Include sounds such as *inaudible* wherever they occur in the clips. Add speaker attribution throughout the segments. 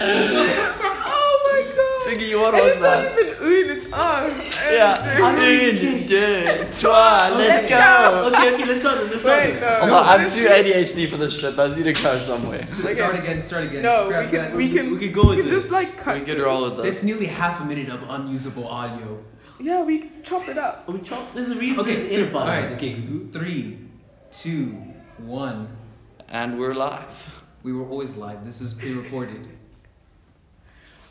Speaker 1: Oh
Speaker 2: What
Speaker 1: I
Speaker 2: was
Speaker 1: just thought
Speaker 2: that?
Speaker 1: it's an ooh, it's oh.
Speaker 2: Yeah.
Speaker 3: I'm
Speaker 2: Un,
Speaker 3: okay.
Speaker 2: deux, trois, let's go.
Speaker 3: Okay, okay, let's start it. Let's
Speaker 4: *laughs*
Speaker 3: start
Speaker 1: Wait,
Speaker 3: it.
Speaker 1: no.
Speaker 2: Oh, no, I'm
Speaker 1: This
Speaker 2: too
Speaker 1: is-
Speaker 2: ADHD for this shit. I need to go somewhere.
Speaker 3: Just
Speaker 1: Okay.
Speaker 3: Start again. Start again.
Speaker 1: No,
Speaker 3: Just grab
Speaker 1: we can,
Speaker 3: that.
Speaker 1: we can,
Speaker 3: We could go with
Speaker 1: we can
Speaker 3: this.
Speaker 1: just like cut.
Speaker 2: We could roll
Speaker 1: this.
Speaker 2: with that.
Speaker 3: That's nearly half a minute of unusable audio.
Speaker 1: Yeah, we can chop it up.
Speaker 4: We chop this read
Speaker 3: Okay,
Speaker 4: this
Speaker 3: th-
Speaker 4: in part.
Speaker 3: alright.
Speaker 4: Okay, Gugu.
Speaker 3: Three, two, one.
Speaker 2: And we're live.
Speaker 3: We were always live. This is pre-recorded.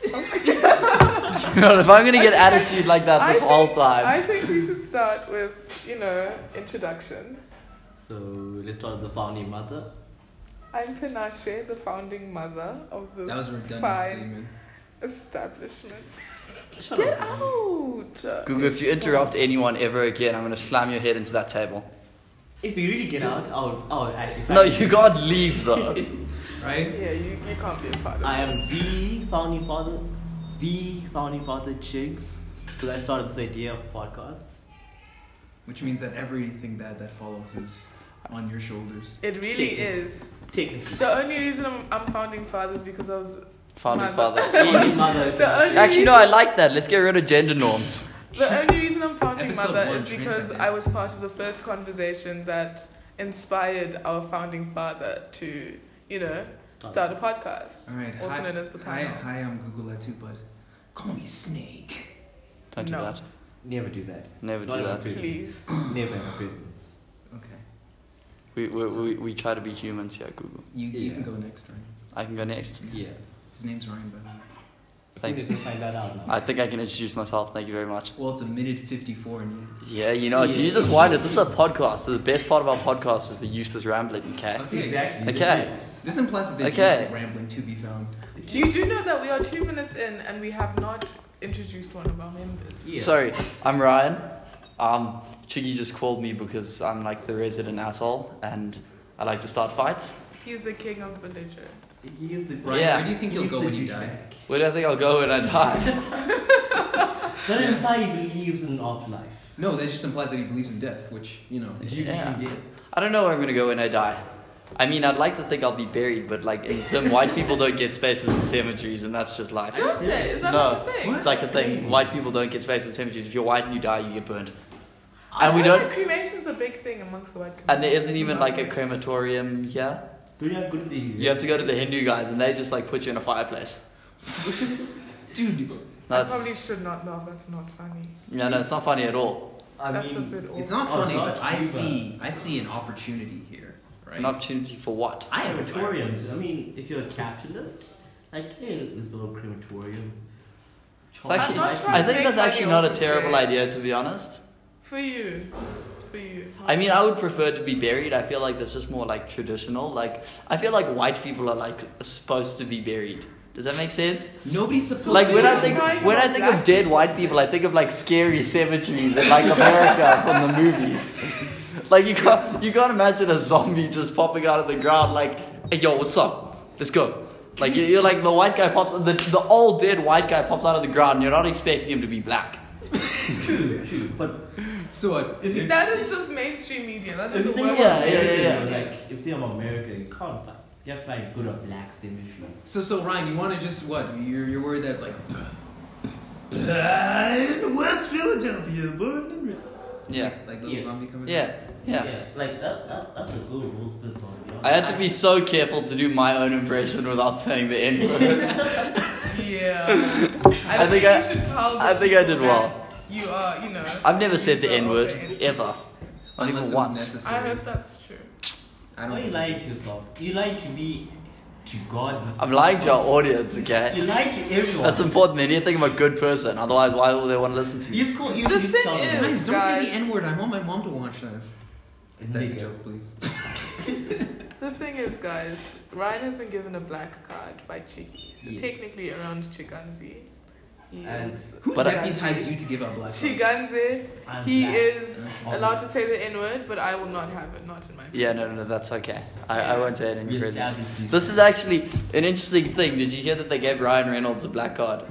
Speaker 2: *laughs* if I'm gonna get attitude like that
Speaker 1: I
Speaker 2: this
Speaker 1: think-
Speaker 2: whole time,
Speaker 1: I think we should start with, you know, introductions.
Speaker 4: So let's start with the founding mother.
Speaker 1: I'm Panache, the founding mother of this
Speaker 3: That was a redundant
Speaker 1: fine
Speaker 3: statement.
Speaker 1: establishment.
Speaker 4: Shut
Speaker 1: Get
Speaker 4: up.
Speaker 1: out!
Speaker 2: Google, if you interrupt anyone ever again, I'm gonna slam your head into that table.
Speaker 4: If we really get out, I'll, I'll actually.
Speaker 2: No,
Speaker 4: find
Speaker 2: you can't leave *laughs* though.
Speaker 3: Right?
Speaker 1: Yeah, you, you can't be a part of
Speaker 4: I
Speaker 1: it.
Speaker 4: am the founding father, the founding father Chigs, because I started this idea of podcasts.
Speaker 3: Which means that everything bad that follows is on your shoulders.
Speaker 1: It really
Speaker 4: Shit.
Speaker 1: is.
Speaker 4: Technically,
Speaker 1: *laughs* The only reason I'm, I'm founding father is because I was.
Speaker 2: Founding
Speaker 1: Mother.
Speaker 2: father.
Speaker 4: me and his mother.
Speaker 1: The only
Speaker 2: Actually, no, I like that. Let's get rid of gender norms.
Speaker 1: The only reason I'm founding
Speaker 3: Episode
Speaker 1: mother
Speaker 3: one,
Speaker 1: is
Speaker 3: trans
Speaker 1: because
Speaker 3: identity.
Speaker 1: I was part of the first conversation that inspired our founding father to, you know,
Speaker 4: Start.
Speaker 1: start a podcast.
Speaker 3: All right.
Speaker 1: Also
Speaker 3: hi,
Speaker 1: known as the
Speaker 3: hi,
Speaker 1: panel.
Speaker 3: hi, I'm Google too, but call me Snake.
Speaker 2: Don't do
Speaker 1: No.
Speaker 2: that.
Speaker 4: Never do that.
Speaker 2: Never
Speaker 4: Not
Speaker 2: do
Speaker 4: in my
Speaker 2: that.
Speaker 1: Please.
Speaker 4: presence. Never in my presence.
Speaker 3: Okay.
Speaker 2: We, we, we, we try to be humans here, Google.
Speaker 3: You, you
Speaker 4: Yeah.
Speaker 3: can go next, Ryan.
Speaker 2: I can go next.
Speaker 4: Yeah.
Speaker 3: His name's Ryan, by the way.
Speaker 2: Thanks.
Speaker 4: I think they can find that out now.
Speaker 2: I think I can introduce myself. Thank you very much.
Speaker 3: Well, it's a minute 54 and you.
Speaker 2: Yeah, you know,
Speaker 4: Yeah.
Speaker 2: Jesus whined. This is a podcast. The best part of our podcast is the useless rambling, okay?
Speaker 3: Okay.
Speaker 4: Exactly.
Speaker 2: Okay.
Speaker 3: This implies that there's
Speaker 2: Okay.
Speaker 3: usually rambling to be found.
Speaker 1: Do you do know that we are two minutes in and we have not introduced one of our members?
Speaker 4: Yeah.
Speaker 2: Sorry, I'm Ryan. Um, Chiggy just called me because I'm like the resident asshole and I like to start fights.
Speaker 1: He's the king of belligerence.
Speaker 4: He is the
Speaker 3: Ryan,
Speaker 2: Yeah.
Speaker 3: where do you think
Speaker 4: he
Speaker 3: you'll
Speaker 4: is
Speaker 3: go
Speaker 4: the
Speaker 3: when you die?
Speaker 4: douchebag.
Speaker 2: Where do I think I'll go when I die? *laughs*
Speaker 4: That
Speaker 3: Yeah.
Speaker 4: implies he believes in an afterlife.
Speaker 3: No, that just implies that he believes in death, which, you know.
Speaker 4: Do you
Speaker 2: Yeah.
Speaker 4: believe in
Speaker 2: I don't know where I'm gonna go when I die. I mean, I'd like to think I'll be buried, but like in some white people don't get spaces in cemeteries, and that's just life.
Speaker 1: Don't they? Is that
Speaker 2: No.
Speaker 1: not the thing?
Speaker 2: It's like a thing. White people don't get spaces in cemeteries. If you're white and you die, you get burned. And we
Speaker 1: I heard
Speaker 2: don't.
Speaker 1: that Cremation's a big thing amongst the white community.
Speaker 2: And there isn't even like a crematorium here.
Speaker 4: Do you have good things?
Speaker 2: You have to go to the Hindu guys, and they just like put you in a fireplace.
Speaker 3: Dude,
Speaker 1: I
Speaker 2: That's
Speaker 1: probably should not laugh. That's not funny.
Speaker 2: no, no, it's not funny at all.
Speaker 4: I
Speaker 1: That's a
Speaker 4: mean,
Speaker 1: bit awkward.
Speaker 3: it's not
Speaker 4: Oh,
Speaker 3: funny,
Speaker 4: God,
Speaker 3: but I
Speaker 4: Cuba.
Speaker 3: see, I see an opportunity here, right?
Speaker 2: An opportunity for what?
Speaker 3: I have a
Speaker 4: crematoriums. I
Speaker 3: fireplace.
Speaker 4: mean, if you're a capitalist, like, hey, look, this little crematorium.
Speaker 2: It's actually,
Speaker 1: I'm not
Speaker 2: I
Speaker 1: trying to
Speaker 2: think
Speaker 1: make
Speaker 2: that's
Speaker 1: money
Speaker 2: actually
Speaker 1: off
Speaker 2: not a
Speaker 1: of
Speaker 2: terrible
Speaker 1: it.
Speaker 2: idea, to be honest.
Speaker 1: For you. For you.
Speaker 2: I mean, I would prefer to be buried. I feel like that's just more like traditional. Like, I feel like white people are like supposed to be buried. Does that make sense?
Speaker 3: Nobody's supposed
Speaker 2: Like
Speaker 3: to
Speaker 2: when
Speaker 3: be
Speaker 2: I
Speaker 3: on-
Speaker 2: think
Speaker 1: Right,
Speaker 2: when I
Speaker 1: not
Speaker 2: think of
Speaker 1: black
Speaker 2: dead white people, I think of like scary cemeteries in like America *laughs* from the movies. Like you can't you can't imagine a zombie just popping out of the ground like, hey yo, what's up? Let's go. Like you- you're like the white guy pops the the old dead white guy pops out of the ground. and You're not expecting him to be black.
Speaker 4: True, true. But
Speaker 3: So what?
Speaker 4: if you
Speaker 1: That is just mainstream media. That
Speaker 4: if
Speaker 1: is
Speaker 4: you
Speaker 1: the
Speaker 4: think about
Speaker 1: worst.
Speaker 2: Yeah, yeah,
Speaker 4: America,
Speaker 2: yeah,
Speaker 4: though,
Speaker 2: yeah.
Speaker 4: like if you think about America, you can't find you have to find good or black symmetry.
Speaker 3: So so Ryan, you want to just what? You're you're worried that's like. In West Philadelphia, born and raised.
Speaker 2: Yeah.
Speaker 3: Like little
Speaker 4: Yeah.
Speaker 3: zombie coming.
Speaker 2: Yeah. Yeah.
Speaker 4: like that, that that's a good rule split song. you know?
Speaker 2: I had to be so careful to do my own impression without saying the N word.
Speaker 1: Yeah.
Speaker 2: *laughs* I
Speaker 1: I,
Speaker 2: think
Speaker 1: think,
Speaker 2: I-
Speaker 1: you should tell the
Speaker 2: I think
Speaker 1: people
Speaker 2: I did
Speaker 1: that
Speaker 2: well.
Speaker 1: You are, you know.
Speaker 2: I've never said the N word
Speaker 1: Okay.
Speaker 2: ever. Not
Speaker 3: Unless
Speaker 2: even
Speaker 3: it was
Speaker 2: once.
Speaker 1: I
Speaker 3: necessary.
Speaker 1: hope that's true.
Speaker 3: I
Speaker 4: Why you
Speaker 3: don't.
Speaker 4: lying to yourself? You lied to me, to God. This
Speaker 2: I'm lying to our audience, okay?
Speaker 4: You lied to everyone.
Speaker 2: That's important. They need to think I'm a good person. Otherwise, why will they want to listen to
Speaker 4: You
Speaker 2: me?
Speaker 4: just call you.
Speaker 1: The
Speaker 4: you
Speaker 1: thing
Speaker 4: sound
Speaker 1: is-
Speaker 3: Guys, don't say
Speaker 1: Guys.
Speaker 3: the N word. I want my mom to watch this.
Speaker 4: like
Speaker 3: That's a
Speaker 4: nigga.
Speaker 3: joke, please.
Speaker 1: The thing is, guys, Ryan has been given a black card by Chiggy. So
Speaker 4: Yes.
Speaker 1: technically around Chiganzi. He
Speaker 4: And
Speaker 1: is
Speaker 3: Who
Speaker 2: But I-
Speaker 3: deputized you to give out black? cards?
Speaker 1: Chiganzi.
Speaker 4: I'm
Speaker 1: He
Speaker 4: black.
Speaker 1: is
Speaker 4: Yeah.
Speaker 1: allowed to say the N word, but I will not have it. Not in my
Speaker 2: Yeah, no, no, no, that's okay. I, I won't say it in
Speaker 4: We
Speaker 2: your presence.
Speaker 4: established these-
Speaker 2: This is actually an interesting thing. Did you hear that they gave Ryan Reynolds a black card?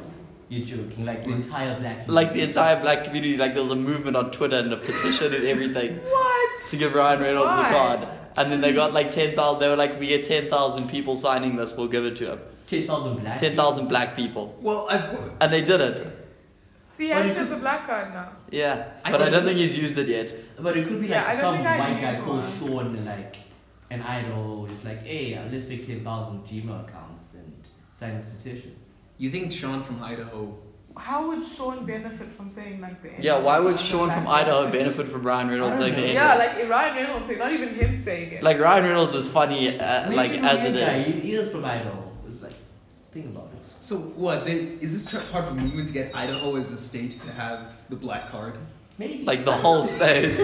Speaker 4: You're joking, like the entire black.
Speaker 2: Like the
Speaker 4: community.
Speaker 2: entire black community, like there was a movement on Twitter and a petition and everything
Speaker 1: What?
Speaker 2: to give Ryan Reynolds
Speaker 1: Why?
Speaker 2: a card. And then they got like 10,000, they were like, we get 10,000 people signing this, we'll give it to him.
Speaker 4: Ten thousand black.
Speaker 2: Ten thousand black people,
Speaker 3: Well, I've,
Speaker 2: and they did it.
Speaker 1: See,
Speaker 4: What
Speaker 1: Ange
Speaker 4: did you-
Speaker 1: has a black card now.
Speaker 2: Yeah,
Speaker 3: I
Speaker 2: but I
Speaker 3: think-
Speaker 2: don't think he's used it yet.
Speaker 4: people. But it could be like
Speaker 1: Yeah, I don't
Speaker 4: some
Speaker 1: think I
Speaker 4: white guy
Speaker 1: use
Speaker 4: called
Speaker 1: one.
Speaker 4: Sean, and, like an idol, just like, hey, uh, let's make ten thousand Gmail accounts and sign this petition.
Speaker 3: you think Sean from Idaho?
Speaker 1: How would Sean benefit from saying like the? N
Speaker 2: Yeah, why would
Speaker 1: word?
Speaker 2: Sean from
Speaker 1: Black
Speaker 2: Idaho
Speaker 1: person.
Speaker 2: benefit from Ryan Reynolds
Speaker 4: I
Speaker 2: saying
Speaker 4: don't
Speaker 2: the
Speaker 4: know.
Speaker 1: Yeah,
Speaker 2: N-word?
Speaker 1: like Ryan Reynolds, like, not even him saying it.
Speaker 2: Like Ryan Reynolds is funny, uh, like
Speaker 4: Maybe
Speaker 2: as it
Speaker 4: the white
Speaker 2: is.
Speaker 4: guy, He is from Idaho. It's like, think about it.
Speaker 3: So what? They, is this tr- part of a movement to get Idaho as a state to have the black card?
Speaker 4: Maybe.
Speaker 2: Like the whole *laughs* state.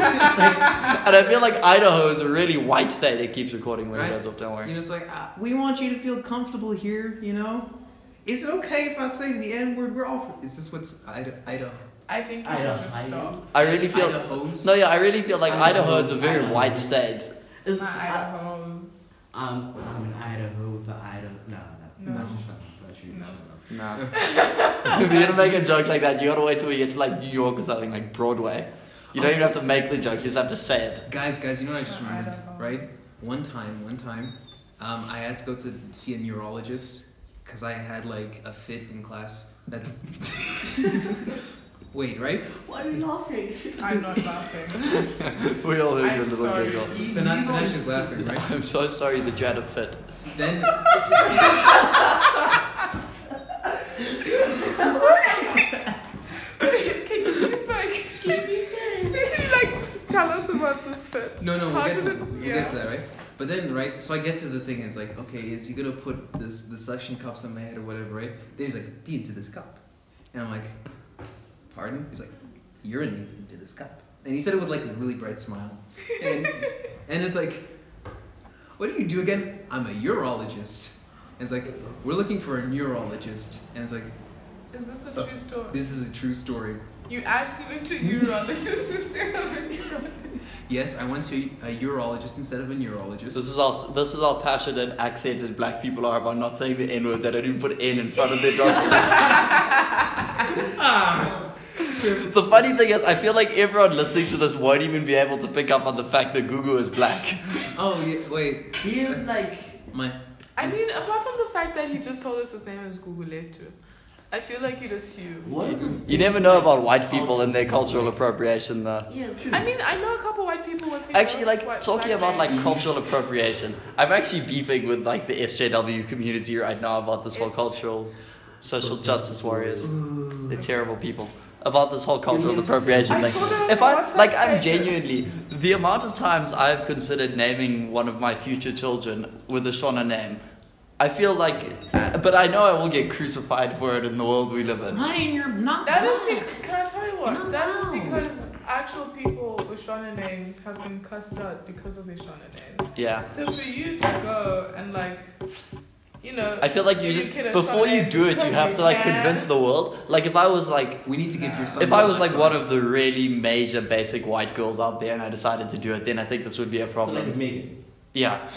Speaker 2: and I feel like Idaho is a really white state. It keeps recording when
Speaker 3: Right.
Speaker 2: it goes up, don't
Speaker 3: You
Speaker 2: worry.
Speaker 3: know, it's like uh, we want you to feel comfortable here. You know, is it okay if I say the N word? We're all. For, is this what's Ida, Idaho?
Speaker 1: I think you should
Speaker 4: Idaho.
Speaker 1: just stop.
Speaker 2: I really feel.
Speaker 3: Idaho's.
Speaker 2: No, yeah, I really feel like
Speaker 4: Idaho.
Speaker 2: Idaho is a very
Speaker 4: Idaho.
Speaker 2: white state.
Speaker 4: It's-
Speaker 1: Not Idaho.
Speaker 4: I, am I'm in Idaho, but Idaho. No, no.
Speaker 1: No.
Speaker 4: Shut up, shut up,
Speaker 1: No.
Speaker 4: shut up.
Speaker 2: No. if you're gonna make a joke like that, you gotta wait till you get to like New York or something like Broadway. You don't even have to make the joke; you just have to say it. *laughs*
Speaker 3: Guys, guys, you know what I just
Speaker 1: Uh,
Speaker 3: remembered,
Speaker 1: Idaho.
Speaker 3: right? One time, one time, um, I had to go to see a neurologist because I had like a fit in class.
Speaker 2: *laughs*
Speaker 3: That's *laughs* wait, right?
Speaker 4: Why are you laughing?
Speaker 1: *laughs* I'm not
Speaker 2: *laughs*
Speaker 1: laughing.
Speaker 2: We all heard your
Speaker 1: I'm
Speaker 2: little
Speaker 1: sorry.
Speaker 2: giggle. *laughs*
Speaker 4: You-
Speaker 3: But not
Speaker 4: you know-
Speaker 3: Dinesh is laughing, right?
Speaker 2: I'm so sorry that you had a fit.
Speaker 3: Then
Speaker 1: *laughs* Can you just like, like you say, like tell us about this fit?
Speaker 3: no, no, we'll
Speaker 1: How
Speaker 3: get to
Speaker 1: did
Speaker 3: we'll
Speaker 1: yeah.
Speaker 3: get to that, right? But then, right? So I get to the thing, and it's like, okay, is he gonna put this the suction cups on my head or whatever, right? Then he's like, pee into this cup, and I'm like, pardon? He's like, urinate into this cup, and he said it with like a really bright smile,
Speaker 1: *laughs*
Speaker 3: and and it's like, what do you do again? I'm a urologist, and it's like, we're looking for a neurologist, and it's like,
Speaker 1: Is this a true story?
Speaker 3: this is a true story.
Speaker 1: You actually went to *laughs* urologist instead of a urologist.
Speaker 3: Yes, I went to a urologist instead of a neurologist.
Speaker 2: This is our this is how passionate, accented black people are about not saying the N word. They don't even put N in front of their doctors. the funny thing is, I feel like everyone listening to this won't even be able to pick up on the fact that Gugu is black.
Speaker 3: Oh yeah, wait,
Speaker 4: He is like.
Speaker 3: my
Speaker 1: I mean, apart from the fact that he just told us his name is Guguletu, I feel like he'd assume.
Speaker 4: What is this
Speaker 2: You never know about white people and their cultural appropriation, though.
Speaker 4: Yeah, true.
Speaker 1: I mean, I know a couple white people with the
Speaker 2: Actually, like
Speaker 1: white,
Speaker 2: talking
Speaker 1: black
Speaker 2: about like
Speaker 1: names.
Speaker 2: cultural appropriation, I'm actually beefing with like the SJW community right now about this whole
Speaker 1: Yes.
Speaker 2: cultural, social justice warriors.
Speaker 3: Ooh.
Speaker 2: They're terrible people. About this whole cultural
Speaker 4: Indians-
Speaker 2: appropriation
Speaker 1: I
Speaker 2: thing.
Speaker 1: saw that on
Speaker 2: If
Speaker 1: the
Speaker 2: I
Speaker 1: WhatsApp
Speaker 2: like, I'm
Speaker 1: status.
Speaker 2: genuinely the amount of times I've considered naming one of my future children with a Shona name. I feel like, uh, but I know I will get crucified for it in the world we live in.
Speaker 3: Ryan, you're not
Speaker 1: That is
Speaker 3: black.
Speaker 1: because, can I tell you what?
Speaker 3: No,
Speaker 1: That is
Speaker 3: no.
Speaker 1: because actual people with Shona names have been cussed out because of their Shona names.
Speaker 2: Yeah.
Speaker 1: So for you to go and like, you know,
Speaker 2: I feel like you
Speaker 1: give your
Speaker 2: just
Speaker 1: kid a
Speaker 2: before
Speaker 1: Shona
Speaker 2: you
Speaker 1: name
Speaker 2: do it,
Speaker 1: just
Speaker 2: you
Speaker 1: 'cause
Speaker 2: have to like
Speaker 1: can.
Speaker 2: convince the world. Like if I was like
Speaker 3: We need to give your son.
Speaker 2: If I was like one of the really major basic white girls out there and I decided to do it, then I think this would be a
Speaker 4: So like
Speaker 2: problem.
Speaker 4: Megan.
Speaker 2: Yeah.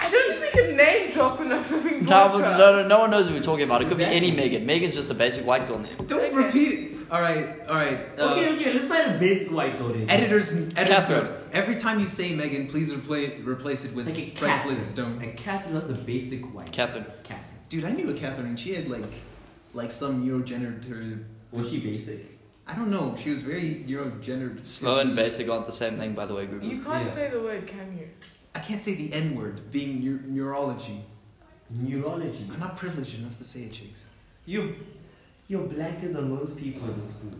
Speaker 1: I don't think we can name drop enough of being
Speaker 2: No,
Speaker 1: black.
Speaker 2: but no, no, no one knows who we're talking about. It could be
Speaker 4: Exactly.
Speaker 2: any Megan. Megan's just a basic white girl name.
Speaker 3: Don't
Speaker 1: Okay.
Speaker 3: repeat it. All right, all right. Uh,
Speaker 4: okay, okay, let's find a basic white girl then.
Speaker 3: Editors, editors
Speaker 2: Catherine.
Speaker 3: note. Every time you say Megan, please repla replace it with
Speaker 4: Like a
Speaker 3: Fred
Speaker 4: cat.
Speaker 3: Flintstone.
Speaker 4: A cat is not a basic white.
Speaker 2: Catherine.
Speaker 4: Cat.
Speaker 3: Dude, I knew a Catherine. and She had like, like some neurogenerative.
Speaker 4: Was she basic?
Speaker 3: I don't know. She was very neurogenerative.
Speaker 2: Slow and basic aren't the same thing, by the way, Google.
Speaker 1: You can't
Speaker 4: Yeah.
Speaker 1: say the word, can you?
Speaker 3: I can't say the N word. Being neu- neurology.
Speaker 4: Neurology.
Speaker 3: I'm not privileged enough to say it, chicks.
Speaker 4: You, you're blacker than most people in this school.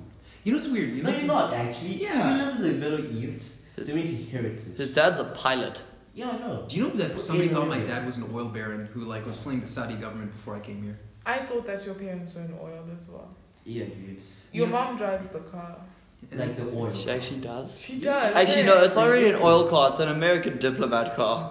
Speaker 3: You know what's weird? You know
Speaker 4: No,
Speaker 3: what's
Speaker 4: you're not actually.
Speaker 3: Yeah.
Speaker 4: You live in the Middle East. They mean heritage.
Speaker 2: His dad's a pilot.
Speaker 4: Yeah, I know.
Speaker 3: Do you know that somebody
Speaker 4: Yeah,
Speaker 3: thought my
Speaker 4: yeah.
Speaker 3: dad was an oil baron who like was fleeing the Saudi government before I came here?
Speaker 1: I thought that your parents were in oil as well.
Speaker 4: Yeah, dude.
Speaker 1: Your
Speaker 3: Yeah.
Speaker 1: mom drives the car.
Speaker 4: Like the oil.
Speaker 2: She actually does.
Speaker 1: She does.
Speaker 2: Actually,
Speaker 1: hey.
Speaker 2: no, it's not really an oil car, it's an American diplomat car.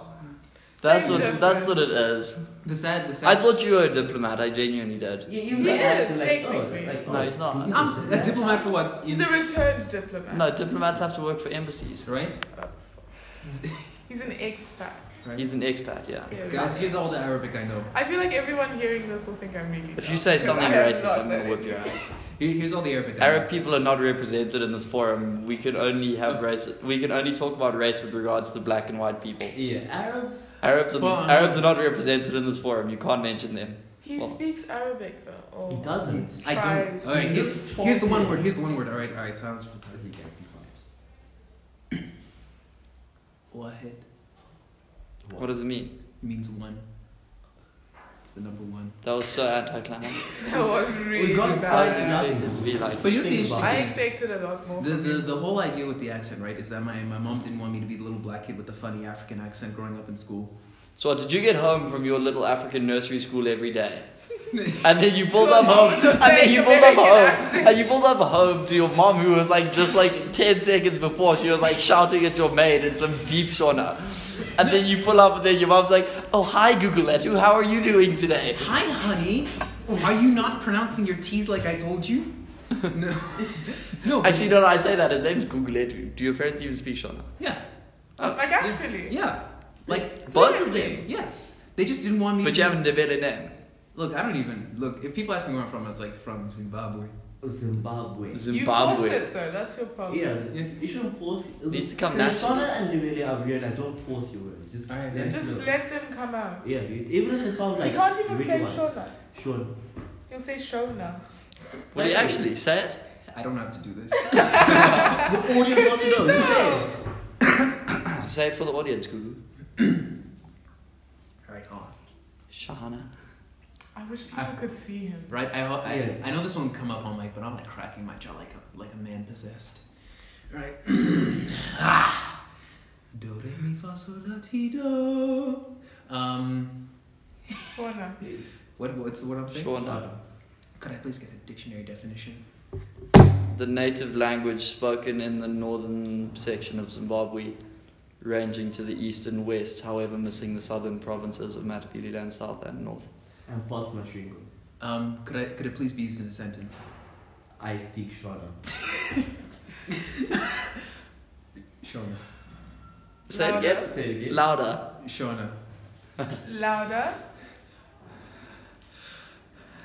Speaker 2: That's
Speaker 1: Same
Speaker 2: what that's what it is.
Speaker 3: The sad, the
Speaker 2: I
Speaker 3: sad.
Speaker 2: thought you were a diplomat, I genuinely did.
Speaker 4: Yeah, even
Speaker 1: He
Speaker 4: the
Speaker 1: is,
Speaker 4: accent,
Speaker 1: technically.
Speaker 4: like, oh, like,
Speaker 2: No,
Speaker 4: oh,
Speaker 2: he's not.
Speaker 4: these are
Speaker 3: I'm a
Speaker 4: black.
Speaker 3: diplomat for what? You
Speaker 1: He's a returned diplomat.
Speaker 2: No, diplomats have to work for embassies.
Speaker 3: right?
Speaker 1: He's an expat.
Speaker 3: Right.
Speaker 2: He's an expat, yeah.
Speaker 1: Yeah,
Speaker 3: Guys,
Speaker 1: really.
Speaker 3: here's all the Arabic I know.
Speaker 1: I feel like everyone hearing this will think I'm really.
Speaker 2: If
Speaker 1: dumb,
Speaker 2: you say
Speaker 1: 'cause
Speaker 2: something
Speaker 1: I am
Speaker 2: racist,
Speaker 1: not
Speaker 2: I'm gonna
Speaker 1: that
Speaker 2: whip your
Speaker 1: ignorant.
Speaker 2: ass.
Speaker 3: Here, here's all the Arabic I
Speaker 2: Arab
Speaker 3: know.
Speaker 2: people are not represented in this forum. We can only have race. We can only talk about race with regards to black and white people.
Speaker 4: Yeah, Arabs.
Speaker 2: Arabs are
Speaker 3: Well,
Speaker 2: Arabs are not represented in this forum. You can't mention them.
Speaker 1: He
Speaker 2: Well-
Speaker 1: speaks Arabic though. Oh. Or
Speaker 4: He doesn't.
Speaker 3: I
Speaker 1: Tries
Speaker 3: don't. All
Speaker 1: to
Speaker 3: right, here's,
Speaker 1: force
Speaker 3: here's the one
Speaker 1: it.
Speaker 3: word. Here's the one word. All right, all right. Silence. Wahid
Speaker 2: What does it mean?
Speaker 3: means one. It's the number one.
Speaker 2: That was so anticlimactic.
Speaker 1: *laughs* That was really
Speaker 4: got
Speaker 2: I
Speaker 1: bad.
Speaker 4: quite enough.
Speaker 2: expected it to be like.
Speaker 3: But you know the
Speaker 4: Think
Speaker 3: interesting
Speaker 4: about
Speaker 1: I
Speaker 3: thing is-
Speaker 1: expected a lot more.
Speaker 3: The,
Speaker 1: from
Speaker 3: the,
Speaker 1: you.
Speaker 3: the whole idea with the accent, right, is that my, my mom didn't want me to be the little black kid with the funny African accent growing up in school.
Speaker 2: So did you get home from your little African nursery school every
Speaker 1: *laughs*
Speaker 2: day? And then you pulled up home, and then you pulled up home, and you pulled up home to your mom, who was like just like ten seconds before she was like shouting at your maid in some deep sauna, and then you pull up, and then your mom's like, "Oh hi Google Etu, how are you doing today?"
Speaker 3: Hi, honey. Are you not pronouncing your T's like I told
Speaker 2: *laughs*
Speaker 3: you? No. no. but-
Speaker 2: Actually, no, no, I say that his name's Google Etu. Do your parents even speak sauna?
Speaker 3: Yeah.
Speaker 1: Like actually.
Speaker 3: Oh, Yeah. Like,
Speaker 2: Both of them.
Speaker 3: yes. They just didn't want me
Speaker 2: But
Speaker 3: to
Speaker 2: you
Speaker 3: be-
Speaker 2: haven't developed a name.
Speaker 3: Look, I don't even. Look, if people ask me where I'm from, it's like from Zimbabwe.
Speaker 4: Zimbabwe.
Speaker 1: You force
Speaker 2: Zimbabwe.
Speaker 1: it though. That's your problem.
Speaker 4: Yeah,
Speaker 3: Yeah.
Speaker 4: you shouldn't force.
Speaker 2: Needs to come naturally.
Speaker 4: Sana and Nimelia have realized don't force your words. Just
Speaker 3: Alright,
Speaker 4: let
Speaker 1: Just
Speaker 4: it flow.
Speaker 1: let them come out.
Speaker 4: Yeah, you, even if it sounds like
Speaker 1: you can't even
Speaker 4: really
Speaker 1: say
Speaker 4: wild.
Speaker 1: Shona.
Speaker 4: Sure.
Speaker 1: You'll say Shona.
Speaker 2: Well, you actually say it.
Speaker 3: I don't have to do this.
Speaker 4: The audience wants to know. Who cares?
Speaker 2: Say it for the audience, Google.
Speaker 3: Alright, on.
Speaker 2: Shahana.
Speaker 1: I wish people could see him.
Speaker 3: Right? I, I,
Speaker 4: Yeah.
Speaker 3: I know this won't come up on mic, but I'm like cracking my jaw like a, like a man possessed. Right? *clears throat* ah! Do, re, mi, fa, sol, la, ti, do. Um,
Speaker 1: Shona.
Speaker 3: what, what's the word I'm saying?
Speaker 2: Shona.
Speaker 3: Could I please get a dictionary definition?
Speaker 2: the native language spoken in the northern section of Zimbabwe, ranging to the east and west, however, missing the southern provinces of Matabeleland south and north.
Speaker 4: And pass my shingle.
Speaker 3: Um, could, I, could it please be used in a sentence?
Speaker 4: I speak Shona.
Speaker 3: Shona.
Speaker 2: Say it again.
Speaker 4: Say it again.
Speaker 2: Louder.
Speaker 3: Shona.
Speaker 1: Louder.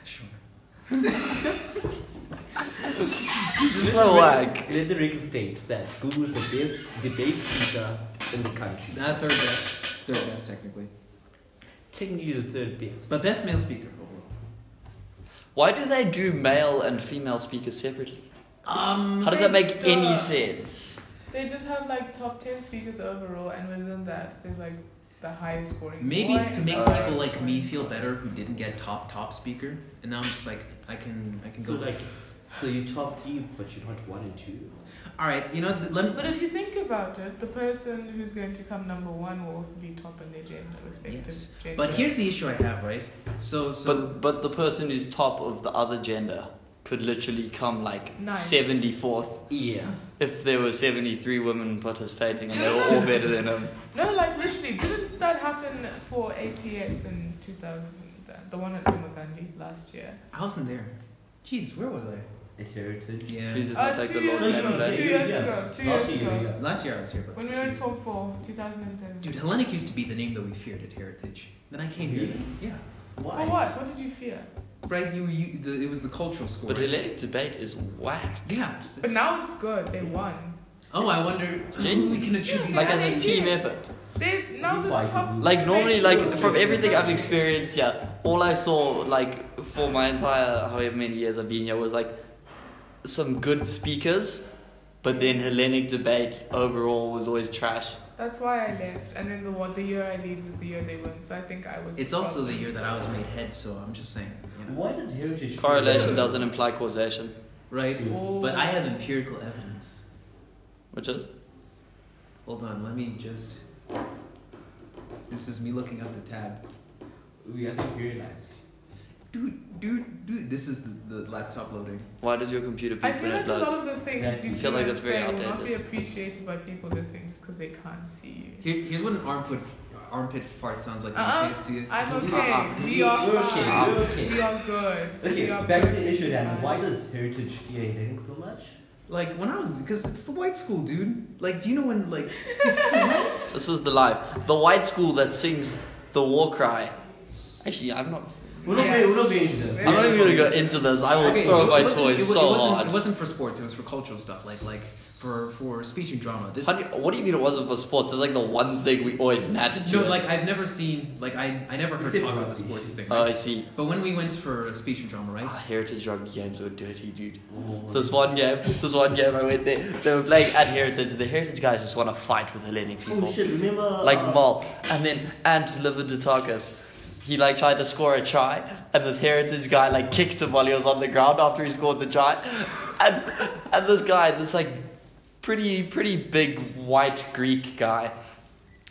Speaker 3: Shona.
Speaker 2: It's just so whack.
Speaker 4: Let the record state that Google is the best debate speaker in the country.
Speaker 3: Not third best. Third best, technically.
Speaker 4: Technically the third best.
Speaker 3: But best male speaker overall.
Speaker 2: Why do they do male and female speakers separately?
Speaker 3: Um,
Speaker 2: How does that make any
Speaker 1: Duh.
Speaker 2: sense?
Speaker 1: They just have like top 10 speakers overall, and within that, there's like the highest scoring.
Speaker 3: Maybe
Speaker 1: boy
Speaker 3: it's to
Speaker 1: and
Speaker 3: make
Speaker 1: the
Speaker 3: people
Speaker 1: highest
Speaker 3: like
Speaker 1: scoring-
Speaker 3: me feel better who didn't get top top speaker, and now I'm just like I can I can
Speaker 4: So
Speaker 3: go.
Speaker 4: like, so you top three, but you're not one and two.
Speaker 3: All right, you know th- let me.
Speaker 1: But if you think about it, the person who's going to come number one will also be top in their gender, respective
Speaker 3: Yes,
Speaker 1: gender.
Speaker 3: But here's the issue I have, right? So so
Speaker 2: But but the person who's top of the other gender could literally come like
Speaker 1: Ninth.
Speaker 2: seventy fourth
Speaker 4: Yeah.
Speaker 2: if there were seventy three women participating and they were all better than him.
Speaker 1: No, like literally, didn't that happen for ATS in 2000, the- the one at Umagandi last year?
Speaker 3: I wasn't there. Jeez, where was I?
Speaker 4: At Heritage.
Speaker 3: Yeah,
Speaker 2: Please just
Speaker 1: Uh,
Speaker 2: not take the
Speaker 1: two
Speaker 2: Lord's
Speaker 1: years
Speaker 2: name
Speaker 1: ago,
Speaker 2: in vain.
Speaker 1: two years ago, two
Speaker 4: Last
Speaker 1: years
Speaker 4: year,
Speaker 1: ago.
Speaker 4: yeah.
Speaker 3: last year I was here. But
Speaker 1: When we
Speaker 3: it's
Speaker 1: were in
Speaker 3: years-
Speaker 1: Form 4, 2007.
Speaker 3: Dude, Hellenic used to be the name that we feared at Heritage. Then I came here.
Speaker 4: Really?
Speaker 3: Yeah.
Speaker 1: For
Speaker 4: Why?
Speaker 1: what? What did you fear?
Speaker 3: Right, you, you the, it was the cultural score.
Speaker 2: But Hellenic debate is whack.
Speaker 3: Yeah.
Speaker 1: But
Speaker 3: that's-
Speaker 1: now it's good, they won.
Speaker 3: oh, I wonder *laughs* who we can attribute
Speaker 2: Like
Speaker 3: that
Speaker 2: as a
Speaker 3: to.
Speaker 2: team effort.
Speaker 1: They now the
Speaker 4: Why?
Speaker 1: top.
Speaker 2: Like normally, like
Speaker 1: Facebook
Speaker 2: from everything I've
Speaker 1: is-
Speaker 2: experienced, yeah, all I saw like for my entire however many years I've been here was like some good speakers, but then Hellenic debate overall was always trash.
Speaker 1: That's why I left, and then the one the year I leave was the year they won. So I think I was.
Speaker 3: It's
Speaker 1: the
Speaker 3: also the
Speaker 1: problem.
Speaker 3: year that I was made head, so I'm just saying. You know.
Speaker 4: Why did Heritage?
Speaker 2: Correlation doesn't imply causation,
Speaker 3: Right.
Speaker 1: Oh.
Speaker 3: But I have empirical evidence.
Speaker 2: which is
Speaker 3: Hold on, let me just. This is me looking up the tab.
Speaker 4: We I think realized.
Speaker 3: Dude, dude, dude. This is the, the laptop loading.
Speaker 2: why does your computer
Speaker 1: I
Speaker 2: beep
Speaker 1: feel
Speaker 2: when
Speaker 1: like
Speaker 2: it
Speaker 1: a lot
Speaker 2: loads?
Speaker 1: of the things
Speaker 4: Exactly.
Speaker 1: you
Speaker 2: I feel like
Speaker 1: do and
Speaker 2: that's very
Speaker 1: say will not be
Speaker 2: outdated.
Speaker 1: appreciated by people listening just because they can't see you.
Speaker 3: Here, here's what an armpit armpit fart sounds like.
Speaker 1: Uh-uh.
Speaker 3: You can't see it.
Speaker 1: I'm
Speaker 3: Uh-uh.
Speaker 1: okay. We are
Speaker 4: We're
Speaker 1: fine.
Speaker 4: okay.
Speaker 1: We are good.
Speaker 4: Okay,
Speaker 1: We are
Speaker 4: back to
Speaker 1: good.
Speaker 4: the issue then.
Speaker 1: Fine.
Speaker 4: Why does Heritage fear Hellenic so much?
Speaker 3: Like when I was, because it's the white school, dude. Like, do you know when like?
Speaker 2: This is the life, the white school that sings the war cry. Actually, I'm not.
Speaker 4: We're not
Speaker 1: Yeah.
Speaker 4: being, we're not being into this.
Speaker 2: I'm not even gonna go into this. I will
Speaker 3: Okay,
Speaker 2: throw
Speaker 3: it
Speaker 2: my
Speaker 3: wasn't-
Speaker 2: toys
Speaker 3: it, wa-
Speaker 2: so
Speaker 3: it wasn't,
Speaker 2: hard.
Speaker 3: It wasn't for sports. It was for cultural stuff, like like for for speech and drama. This
Speaker 2: How do you- what do you mean it wasn't for sports? It's like the one thing we always had to do.
Speaker 3: no, like I've never seen, like I I never
Speaker 4: You
Speaker 3: heard
Speaker 4: said
Speaker 3: talk about
Speaker 4: rugby.
Speaker 3: the sports thing.
Speaker 2: oh,
Speaker 3: right?
Speaker 2: I see.
Speaker 3: but when we went for speech and drama, right?
Speaker 2: Ah, Heritage rugby games were dirty, dude.
Speaker 4: Oh.
Speaker 2: This one game, this one game I went there. They were playing at Heritage. The Heritage guys just want to fight with Hellenic people.
Speaker 4: Oh shit, remember.
Speaker 2: like
Speaker 4: uh,
Speaker 2: Mal. And then Ant Lividutakis. He like tried to score a try, and this heritage guy like kicked him while he was on the ground after he scored the try. And and this guy, this like pretty pretty big white Greek guy,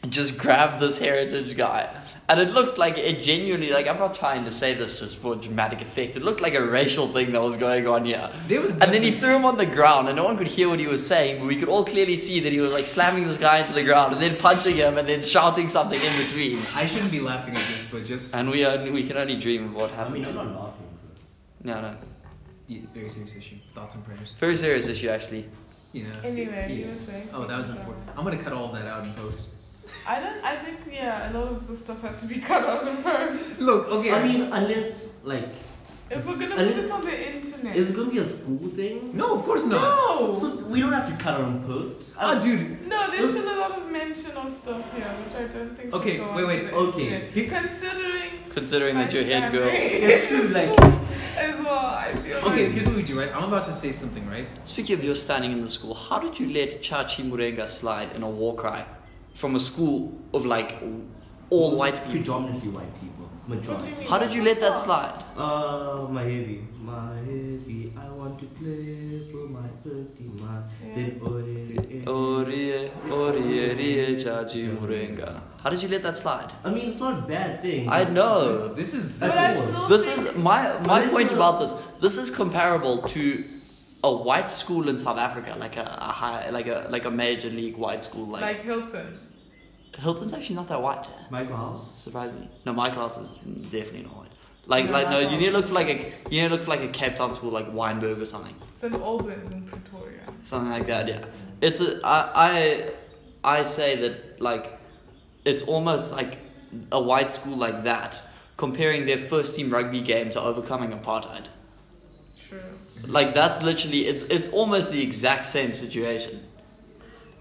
Speaker 2: just grabbed this heritage guy. And it looked like it genuinely like I'm not trying to say this just for dramatic effect. It looked like a racial thing that was going on here.
Speaker 3: There was
Speaker 2: And then he
Speaker 3: definitely-
Speaker 2: threw him on the ground, and no one could hear what he was saying, but we could all clearly see that he was like slamming this guy into the ground, and then punching him, and then shouting something in between.
Speaker 3: I shouldn't be laughing at this, but just
Speaker 2: And we only, we can only dream of what
Speaker 4: I
Speaker 2: happened.
Speaker 4: mean,
Speaker 2: to
Speaker 4: I'm
Speaker 2: him.
Speaker 4: not laughing. So.
Speaker 2: No, no,
Speaker 3: yeah, very serious issue. Thoughts and prayers.
Speaker 2: very serious issue actually.
Speaker 3: Yeah.
Speaker 1: Anyway,
Speaker 4: Yeah.
Speaker 1: you were saying.
Speaker 3: Oh, that was important. I'm gonna cut all that out in post.
Speaker 1: I don't. I think yeah, a lot of the stuff has to be *laughs* cut out of first.
Speaker 3: Look, okay.
Speaker 4: I mean, unless like,
Speaker 1: If we're gonna
Speaker 4: And
Speaker 1: put
Speaker 4: it-
Speaker 1: this on the internet.
Speaker 4: is it gonna be a school thing?
Speaker 3: no, of course not.
Speaker 1: no,
Speaker 4: So we don't have to cut our own posts. I-
Speaker 3: Ah, dude.
Speaker 1: no. There's still a lot of mention of stuff here, which I don't think. should
Speaker 3: Okay,
Speaker 1: go
Speaker 3: wait,
Speaker 1: on
Speaker 3: wait,
Speaker 1: the
Speaker 4: okay.
Speaker 1: internet.
Speaker 3: He-
Speaker 1: Considering.
Speaker 2: Considering that
Speaker 1: my
Speaker 2: your head
Speaker 4: *laughs*
Speaker 2: girl.
Speaker 1: family
Speaker 4: It's true,
Speaker 1: is
Speaker 4: like-
Speaker 1: small As well, I feel.
Speaker 3: Okay,
Speaker 1: like-
Speaker 3: here's what we do, right? I'm about to say something, right?
Speaker 2: Speaking of your standing in the school, how did you let Chachi Murenga slide in a war cry from a school of like all white people?
Speaker 4: Predominantly white people.
Speaker 1: What do you
Speaker 4: Majority.
Speaker 1: mean?
Speaker 2: How did you let that slide?
Speaker 4: Uh, my heavy, my heavy, I want to play for my first team. My
Speaker 1: Yeah.
Speaker 4: then already-
Speaker 2: Orie, orie, rie, Chachi Murenga. How did you let that slide?
Speaker 4: I mean, it's not a bad thing.
Speaker 2: I know.
Speaker 3: Uh, This is
Speaker 1: But
Speaker 3: this
Speaker 1: I
Speaker 3: is
Speaker 1: still
Speaker 2: This
Speaker 1: think-
Speaker 2: is my my
Speaker 4: But
Speaker 2: point
Speaker 4: it's a-
Speaker 2: about this. This is comparable to a white school in South Africa, like a, a high, like a like a major league white school. Like,
Speaker 1: like Hilton.
Speaker 2: Hilton's actually not that white,
Speaker 4: Michael House.
Speaker 2: surprisingly. No, my class is definitely not white. Like
Speaker 1: No,
Speaker 2: like
Speaker 1: my
Speaker 2: no, you
Speaker 1: class-
Speaker 2: need to look for like a you need to look for like a Cape Town school like Weinberg or something,
Speaker 1: St. Albans in Pretoria.
Speaker 2: something like that. Yeah, it's a I I I say that like it's almost like a white school like that comparing their first team rugby game to overcoming apartheid.
Speaker 1: True.
Speaker 2: Like that's literally it's it's almost the exact same situation.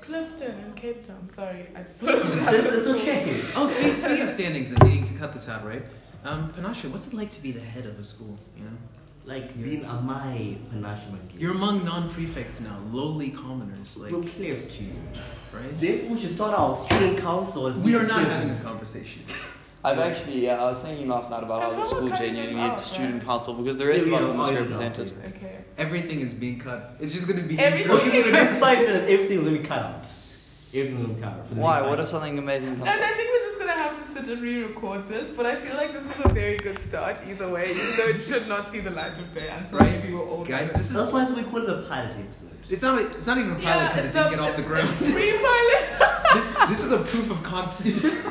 Speaker 1: Clifton in Cape Town. Sorry, I just thought it was
Speaker 4: It's, it's okay.
Speaker 3: Oh, speaking, speaking of standings and needing to cut this out, right? Um, Panache, what's it like to be the head of a school? You know,
Speaker 4: Like being a my panache monkey.
Speaker 3: you're among non-prefects now, lowly commoners, like
Speaker 4: We're slaves to you.
Speaker 3: right?
Speaker 4: Therefore, we should start our student council as
Speaker 3: We are not
Speaker 4: slaves.
Speaker 3: having this conversation.
Speaker 2: I've actually yeah, I was thinking last night about how
Speaker 1: I've
Speaker 2: the school
Speaker 1: overcome this
Speaker 2: genuinely needs a
Speaker 1: out,
Speaker 2: student
Speaker 1: right?
Speaker 2: council because the rest
Speaker 4: Yeah,
Speaker 2: of us
Speaker 4: yeah,
Speaker 2: are
Speaker 4: I know.
Speaker 2: misrepresented.
Speaker 1: Okay.
Speaker 3: Everything is being cut. It's just gonna be
Speaker 1: Everything-
Speaker 3: intro.
Speaker 4: Okay, for the next five minutes, everything's gonna be cut out. Everything's gonna be cut out. For the
Speaker 2: Why?
Speaker 4: next
Speaker 2: What if
Speaker 4: five
Speaker 2: something amazing
Speaker 1: *laughs*
Speaker 2: comes? Uh,
Speaker 1: And I think we're just gonna have to sit and re-record this, but I feel like this is a very good start either way, even though it should not see the light of day until
Speaker 3: Right.
Speaker 1: maybe we're older.
Speaker 3: *laughs* Guys, this
Speaker 4: That's
Speaker 3: is
Speaker 4: why we call it a pilot episode.
Speaker 3: it's not it's not even a pilot because it
Speaker 1: it's
Speaker 3: didn't
Speaker 1: a-
Speaker 3: get off the ground.
Speaker 1: *laughs* it's Pre-pilot.
Speaker 3: this, this is a proof
Speaker 1: *laughs*
Speaker 3: of concept.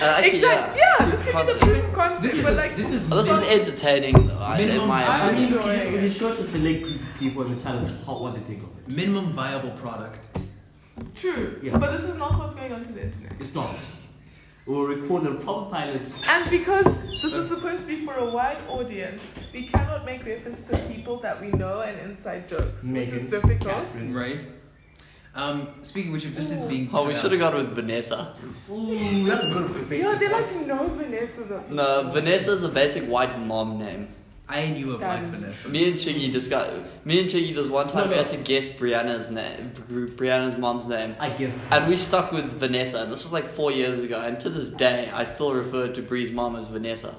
Speaker 2: Uh, actually,
Speaker 1: exactly.
Speaker 2: yeah.
Speaker 1: Yeah. This could be the
Speaker 2: Concept.
Speaker 1: proof of concept.
Speaker 3: This is
Speaker 1: but
Speaker 3: a,
Speaker 1: like,
Speaker 3: this is
Speaker 2: Well, Oh, this is entertaining though. I, in
Speaker 3: Minimum
Speaker 2: my
Speaker 3: I
Speaker 4: I
Speaker 2: opinion.
Speaker 4: mean, if you,
Speaker 1: enjoying
Speaker 4: if you
Speaker 1: it.
Speaker 4: show it to select group of people and tell us how, what they think of it.
Speaker 3: minimum viable product.
Speaker 1: true.
Speaker 4: Yeah.
Speaker 1: But this is not what's going on to the internet.
Speaker 4: It's not. We'll record the proper pilot.
Speaker 1: And because this is supposed to be for a wide audience, we cannot make reference to people that we know and inside jokes, which
Speaker 4: Megan,
Speaker 1: is difficult.
Speaker 4: Catherine.
Speaker 3: Right. Um, speaking of which, if this is being
Speaker 2: Oh, we
Speaker 3: cut
Speaker 2: should have
Speaker 3: out-
Speaker 2: gone with Vanessa.
Speaker 4: Ooh, Mm, that's a good
Speaker 1: You know, they're like no Vanessa's at this
Speaker 2: No,
Speaker 1: point.
Speaker 2: Vanessa's a basic white mom name.
Speaker 3: I knew a black
Speaker 1: That is-
Speaker 3: Vanessa.
Speaker 2: Me and Chiggy discussed. Me and Chiggy this one time
Speaker 4: No,
Speaker 2: we
Speaker 4: no.
Speaker 2: had to guess Brianna's name, Brianna's mom's name,
Speaker 4: I guess.
Speaker 2: And we stuck with Vanessa, and this was like four years ago, and to this day, I still refer to Bree's mom as Vanessa.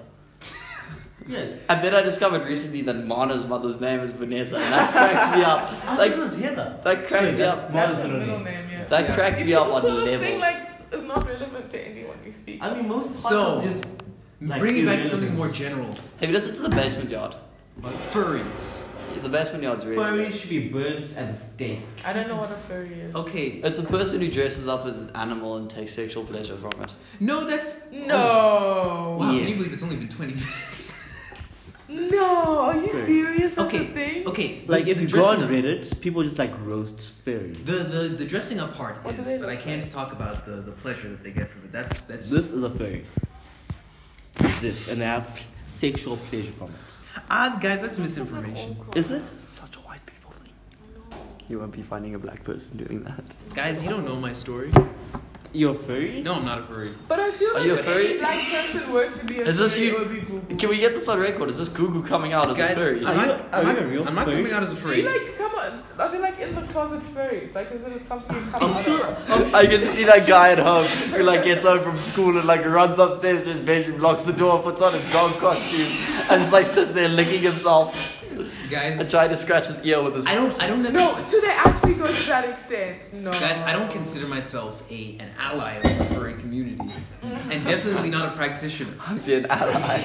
Speaker 4: yeah.
Speaker 2: And then I discovered recently that Mana's mother's name is Vanessa, and that cracked me
Speaker 4: I
Speaker 2: up.
Speaker 4: like,
Speaker 2: Like,
Speaker 4: think it was Heather.
Speaker 2: that cracks me up.
Speaker 1: That's her middle name, yeah.
Speaker 2: that
Speaker 3: Yeah.
Speaker 2: cracks
Speaker 1: It's
Speaker 2: me up
Speaker 1: the
Speaker 2: on
Speaker 1: sort of thing
Speaker 2: levels.
Speaker 1: like is not relevant to anyone we speak.
Speaker 4: I mean, most
Speaker 3: So,
Speaker 4: podcasts just like,
Speaker 3: Bring it back to something
Speaker 4: irrelevant.
Speaker 3: more general.
Speaker 2: Have you listened to The Basement Yard?
Speaker 3: Furries.
Speaker 2: Yeah, The Basement Yard's really.
Speaker 4: Furries should be burnt at the stake.
Speaker 1: I don't know what a furry
Speaker 2: Oh.
Speaker 1: is.
Speaker 3: Okay.
Speaker 2: It's a person who dresses up as an animal and takes sexual pleasure from it.
Speaker 3: No, that's
Speaker 1: No.
Speaker 3: Wow, can you
Speaker 2: Yes.
Speaker 3: believe it's only been
Speaker 1: *laughs*
Speaker 3: 20 minutes?
Speaker 1: No. Are you
Speaker 4: Furry.
Speaker 1: serious? That's
Speaker 3: Okay,
Speaker 1: a thing.
Speaker 3: Okay, the-
Speaker 4: Like, if
Speaker 3: the
Speaker 4: you go on
Speaker 3: dressing up-
Speaker 4: Reddit, people just like roast fairies.
Speaker 3: The, the, the dressing up part
Speaker 1: What do
Speaker 3: is,
Speaker 1: they
Speaker 3: but I
Speaker 1: look
Speaker 3: can't talk about the, the pleasure that they get from it. That's that's
Speaker 4: This is a fairy. This, and they have sexual pleasure from it.
Speaker 3: Ah, guys,
Speaker 1: Such
Speaker 3: that's
Speaker 1: an
Speaker 3: misinformation.
Speaker 1: awkward-
Speaker 4: Is it?
Speaker 2: Such a white people thing. You won't be finding a black person doing that.
Speaker 3: Guys, you don't know my story.
Speaker 4: You're furry?
Speaker 3: No, I'm not a furry.
Speaker 1: But I feel
Speaker 2: Are
Speaker 1: like
Speaker 2: you a
Speaker 1: if
Speaker 2: furry?
Speaker 1: any black person were to be a
Speaker 2: Is this
Speaker 1: furry,
Speaker 2: you-
Speaker 1: it would be boo-boo.
Speaker 2: Can we get this on record? Is this Gugu coming out as
Speaker 3: Guys,
Speaker 2: a furry?
Speaker 4: Are
Speaker 3: I'm
Speaker 4: you
Speaker 3: not,
Speaker 4: a-
Speaker 3: I'm
Speaker 4: are you
Speaker 3: not,
Speaker 4: a real
Speaker 3: I'm not
Speaker 4: furry?
Speaker 3: coming out as a
Speaker 1: Do
Speaker 3: furry.
Speaker 1: you like come on? Are they like in the closet furries? Like, is it something you come out
Speaker 2: I'm
Speaker 1: of?
Speaker 2: sure. I can see that guy at home who like gets home from school and like runs upstairs to his bedroom, locks the door, puts on his dog costume, and just like sits there licking himself and
Speaker 3: Guys,
Speaker 2: trying to scratch his ear with his.
Speaker 3: I don't, I don't
Speaker 1: No,
Speaker 3: *laughs* necessarily.
Speaker 1: do they actually go to that extent? No.
Speaker 3: Guys, I don't consider myself a an ally of the furry community, and definitely not a practitioner.
Speaker 2: It's an ally.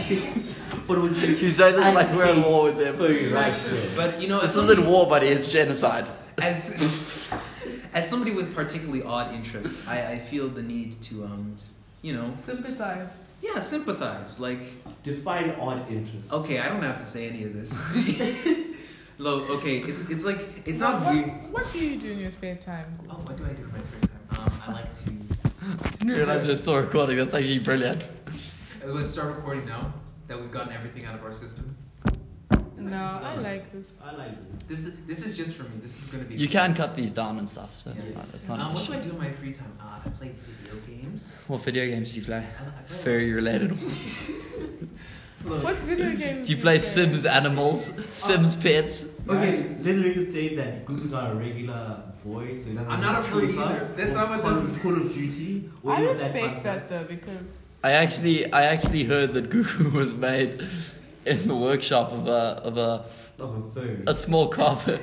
Speaker 4: What would you
Speaker 2: You say this like
Speaker 4: advocate
Speaker 2: we're at war with them.
Speaker 4: Furry rights then?
Speaker 3: But you know,
Speaker 2: This
Speaker 3: as somebody,
Speaker 2: isn't war, buddy. It's genocide.
Speaker 3: as, *laughs* as somebody with particularly odd interests, I, I feel the need to, um, you know,
Speaker 1: Sympathize.
Speaker 3: yeah, sympathize. Like,
Speaker 4: Define odd interests.
Speaker 3: okay, I don't have to say any of this. *laughs* Lo, okay, it's it's like it's not
Speaker 1: what,
Speaker 3: weird.
Speaker 1: What do you do in your spare time?
Speaker 3: Oh, what do I do in my spare time? Um, I like to.
Speaker 2: I realize we're still recording. That's actually brilliant.
Speaker 3: Uh, Let's start recording now that we've gotten everything out of our system.
Speaker 1: No, I like this.
Speaker 4: I like this.
Speaker 3: This is this is just for me. This is gonna be.
Speaker 2: You can cut these down and stuff, so it's not, it's not
Speaker 3: Um,
Speaker 2: an
Speaker 3: what do
Speaker 2: issue.
Speaker 3: I do in my free time? Uh, I play video games.
Speaker 2: What video games do you play?
Speaker 3: I, I play
Speaker 2: Furry related ones.
Speaker 3: Look,
Speaker 1: What
Speaker 3: *laughs*
Speaker 1: video game?
Speaker 2: Do you play Sims animals? Sims pets?
Speaker 4: Okay,
Speaker 3: Guys.
Speaker 4: let the record state that Google's not a regular boy, so he doesn't.
Speaker 3: I'm not a
Speaker 4: fruit
Speaker 3: fruit either. That's not what this is.
Speaker 4: Call of Duty. or
Speaker 1: I
Speaker 4: any of fun
Speaker 1: respect
Speaker 4: stuff.
Speaker 1: that though because
Speaker 2: I actually, I actually heard that Guru *laughs* was made in the workshop of a, of a,
Speaker 4: Of a furry.
Speaker 2: a small carpenter.